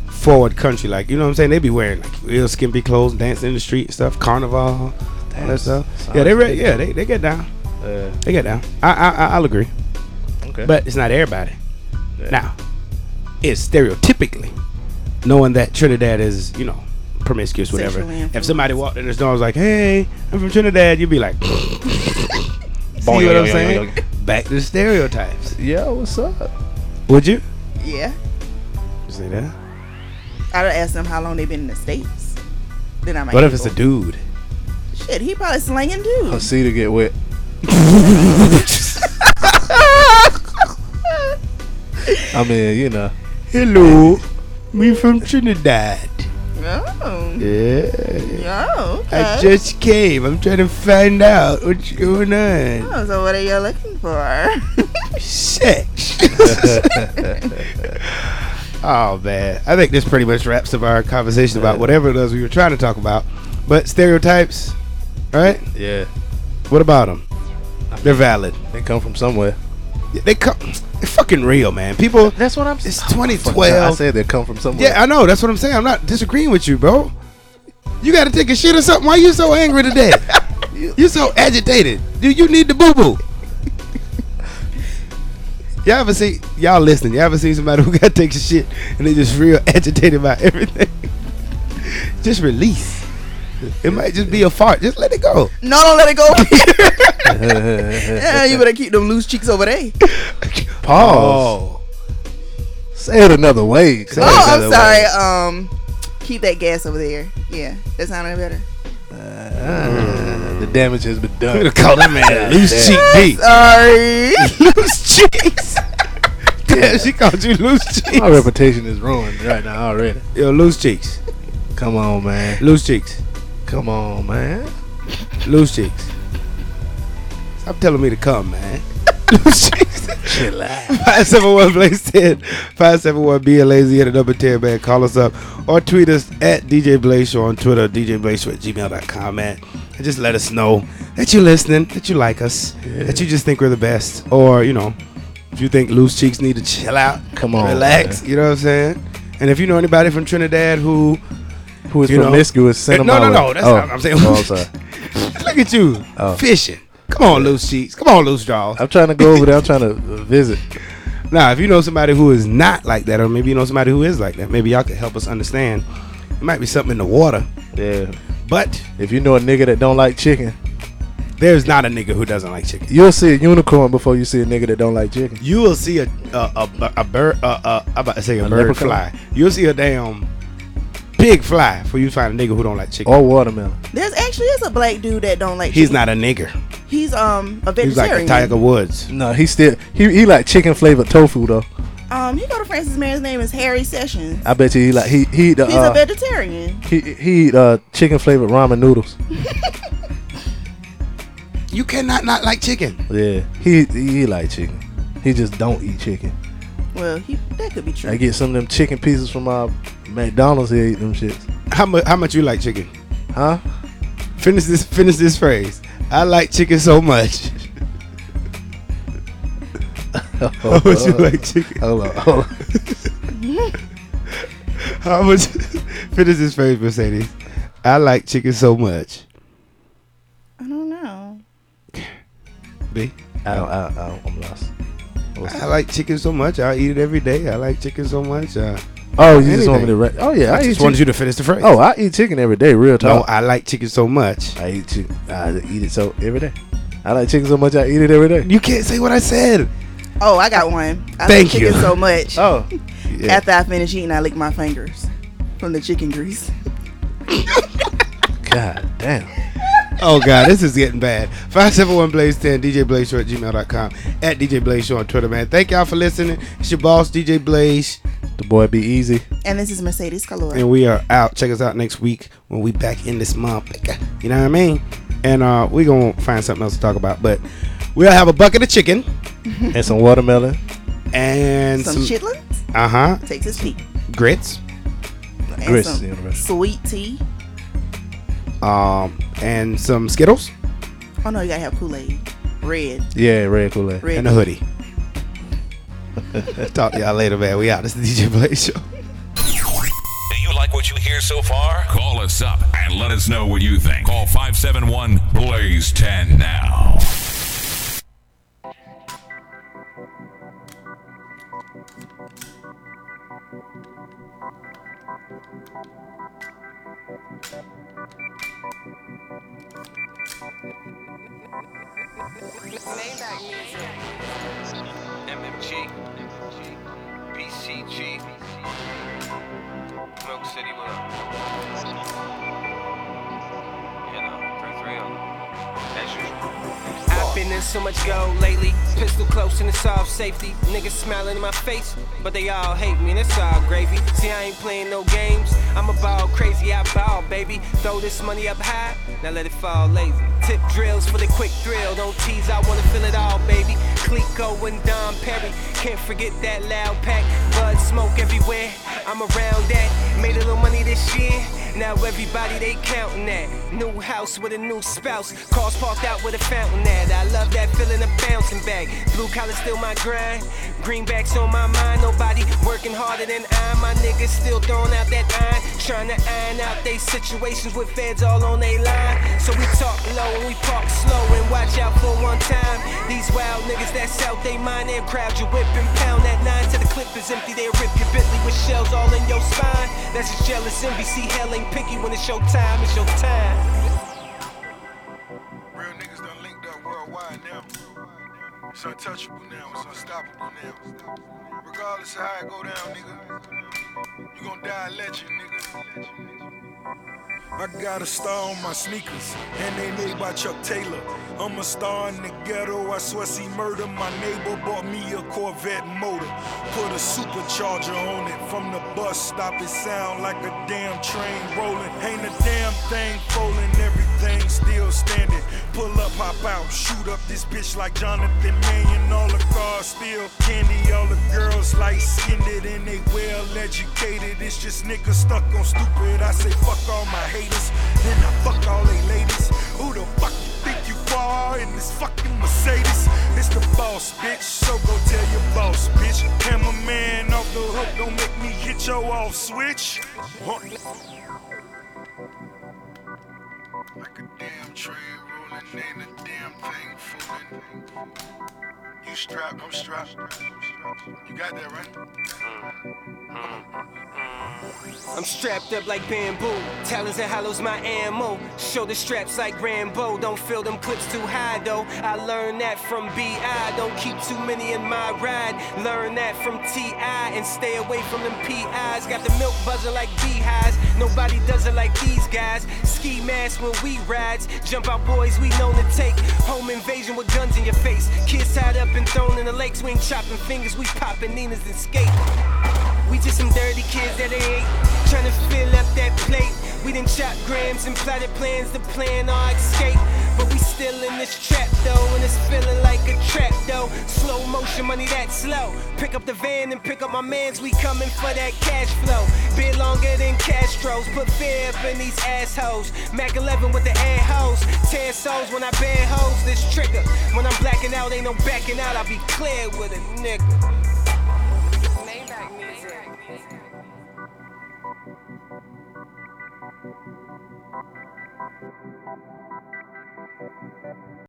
forward country. Like you know what I'm saying? They be wearing like real skimpy clothes, dancing in the street, and stuff, carnival, all that stuff. Yeah, they re- yeah they, they get down.
Uh,
They get down. I I I- I'll agree,
okay.
but it's not everybody. Now, it's stereotypically knowing that Trinidad is you know promiscuous, whatever.
Sexually
If somebody walked in the door and was like, "Hey, I'm from Trinidad," you'd be like, <laughs> "See what I'm saying?" Back to stereotypes.
yeah, what's up?
Would you?
Yeah.
Say that.
I don't ask them how long they've been in the states. Then I might.
What if it's
go.
a dude?
shit? He probably slanging dude.
Her cedar get wet.
<laughs>
Oh.
I mean, you know.
Hello, me from Trinidad.
Oh,
Yeah.
oh, okay.
I just came. I'm trying to find out what's going on.
Oh, so what are you looking for? <laughs>
Sex. <laughs> oh man, I think this pretty much wraps up our conversation about whatever it was we were trying to talk about. But stereotypes, right?
Yeah.
What about them? They're valid.
They come from somewhere.
They come. They're fucking real, man. People.
That's what I'm Oh, saying.
It's
I
2012.
said they come from somewhere.
Yeah, I know. That's what I'm saying. I'm not disagreeing with you, bro. You got to take a shit or something. Why you so angry today? you so agitated. Do you need the boo boo? Y'all ever see y'all listening? Y'all ever seen somebody who got to take a shit and they just real <laughs> agitated by everything? just release. It might just be a fart. Just let it go.
no, don't let it go. yeah, <laughs> you better keep them loose cheeks over there.
Pause. <laughs> Say it another way. Say it
Oh,
another
I'm
way.
sorry. Um, keep that gas over there. Yeah, that sounded better.
Uh, the damage has been
I'm <laughs>
done.
gonna call that man <laughs> loose cheek B.
Sorry.
Loose cheeks. Yeah, she called you loose cheeks.
My reputation is ruined right now already.
Yo, loose cheeks.
Come on, man.
Loose cheeks.
Come on, man.
Loose cheeks. Stop telling me to come, man. <laughs> loose cheeks.
Chill out.
571 Blaze 10. 571 Be a Lazy at the number 10, man. Call us up or tweet us at DJ Blaze Show on Twitter, DJ Blaze Show at gmail.com, man. And just let us know that you're listening, that you like us, that you just think we're the best. Or, you know, if you think Loose Cheeks need to chill out,
Come on,
relax. You know what I'm saying? And if you know anybody from Trinidad who.
Who is
You know-
promiscuous?
Eh,
Send them
no, no,
our
no,
way.
that's
oh.
not what I'm saying. <laughs>
Oh, I'm sorry.
Look at you,
Oh.
fishing. Come on, Loose Cheeks. Come on, Loose Draws.
I'm trying to go over there. I'm trying to uh,
<laughs>
visit.
Now, if you know somebody who is not like that, or maybe you know somebody who is like that, maybe y'all could help us understand. It might be something in the water,
Yeah.
but
If you know a nigga that don't like chicken,
there's not a nigga who doesn't like chicken.
you'll see a unicorn before you see a nigga that don't like chicken.
You will see a a a, a bird. A, a, I'm about to say a,
A
bird
leprechaun?
fly. You'll see a damn big fly for you find a nigga who don't like chicken.
Or watermelon.
There's actually is a black dude that don't like.
He's
chicken.
not a nigger.
He's um a
He's like
vegetarian.
a Tiger Woods.
No, he still he he like chicken flavored tofu though.
Um, he go to Francis Mary's name is Harry Sessions.
Uh,
I bet you he like he he eat, uh,
He's a vegetarian.
he he eat uh chicken flavored ramen
<laughs>
noodles.
You cannot not like chicken.
Yeah, he he like chicken. He just don't eat chicken.
Well, he, that could be true.
I get some of them chicken pieces from uh McDonald's. He eat them shits.
How much? How much you like chicken? <laughs>
Huh?
Finish this. Finish this phrase. I like chicken so much. <laughs> How much you
Uh.
like chicken?
Hold on, hold
<laughs>
on.
How much? <laughs> Finish this phrase, Mercedes. I like chicken so much.
I don't know.
B.
I don't, I don't, I don't I'm lost.
I like chicken so much. I eat it every day. I like chicken so much. Uh,
Oh, you just want me
Anything.
to? Ra- oh yeah, I,
I,
eat
just
chicken.
wanted you to finish the phrase.
Oh, I eat chicken every day. Real
no,
talk.
I like chicken so much.
I, eat chicken. I eat it so every day. I like chicken so much. I eat it every day.
You can't say what I said.
Oh, I got one. I
Thank
like
you.
chicken so
<laughs>
much.
Oh,
Yeah.
After I finish eating, I lick my fingers from the chicken grease.
god damn.
Oh God, this is getting bad. 571 Blaze 10, DJ Blaze Show at gmail.com at DJ Blaze Show on Twitter, man. Thank y'all for listening. It's your boss, DJ Blaze.
The boy be easy.
And this is Mercedes Calora.
And we are out. Check us out next week when we back in this month. You know what I mean? And uh we gonna find something else to talk about. But we'll have a bucket of chicken
and some watermelon.
and
Some,
some,
chitlins,
uh-huh
Texas tea,
grits.
and
Grits is the
some
universe.
sweet tea.
Um and some Skittles
Oh no, you gotta have Kool Aid. Red,
Yeah, red Kool Aid.
red.
and a hoodie. <laughs> Talk to y'all later, man. We out. This is the DJ Blaze Show.
Do you like what you hear so far? Call us up and let us know what you think. Call 571 Blaze 10 now.
MMG, BCG, Milk City, what up? You know, for real. As usual. I've been in so much gold lately. Pistol close and it's all safety. Niggas smiling in my face, but they all hate me and it's all gravy. See, I ain't playing no games. I'm a ball crazy, I ball, baby. Throw this money up high, now let it fall lazy. Tip drills for the quick thrill. Don't tease, I wanna feel it all, baby. Clico and Don Perry. Can't forget that loud pack. Bud smoke everywhere. I'm around that. Made a little money this year. Now everybody they counting that new house with a new spouse, cars parked out with a fountain at. I love that feeling of bouncing back. Blue collar still my grind, greenbacks on my mind. Nobody working harder than I. My niggas still throwing out that iron, trying to iron out they situations with feds all on they line. So we talk low and we park slow and watch out for one time. These wild niggas that's out they mind and crowd you whip and pound that nine till the clip is empty. They rip your Bentley with shells all in your spine. That's just jealous NBC. Hell ain't picky when it's your time. It's your time.
Real niggas done linked up worldwide now. It's untouchable now, it's unstoppable now. Regardless of how it go down, nigga, you gon' die a legend, nigga.
I got a star on my sneakers, and they made by Chuck Taylor. I'm a star in the ghetto, I swear see murder. My neighbor bought me a Corvette motor, put a supercharger on it. From the bus stop, it sound like a damn train rolling. Ain't a damn thing falling, everything still standing. Pull up, hop out, shoot up this bitch like Jonathan Mayan. All the cars still candy, all the girls light skinned and they well educated. It's just niggas stuck on stupid. I say fuck all my haters, then I fuck all they ladies. Who the fuck you think you are in this fucking Mercedes? It's the boss, bitch. So go tell your boss, bitch. Hammerman off the hook, don't make me hit your off switch. Huh. Like a damn train rolling, ain't a damn thing fooling. You strapped, I'm strapped. You got that right?
I'm strapped up like bamboo. Talons and hollows my ammo. Shoulder straps like Rambo. Don't feel them clips too high though. I learned that from BI. Don't keep too many in my ride. Learn that from TI and stay away from them PIs. Got the milk buzzing like beehives. Nobody does it like these guys. Ski mask when we rides. Jump out boys we known to take. Home invasion with guns in your face. Kids tied up and thrown in the lakes. We ain't chopping fingers. We popping Ninas and skate. We just some dirty kids that ain't tryna fill up that plate. We done chop grams and plotted plans to plan our escape. But we still in this trap though, and it's feeling like a trap though. Slow motion money that slow. Pick up the van and pick up my mans, we coming for that cash flow. Been longer than Castro's, put fear up in these assholes. Mac 11 with the air hose. Tear souls when I ban hoes, this trigger. When I'm blacking out, ain't no backing out, I be clear with a nigga.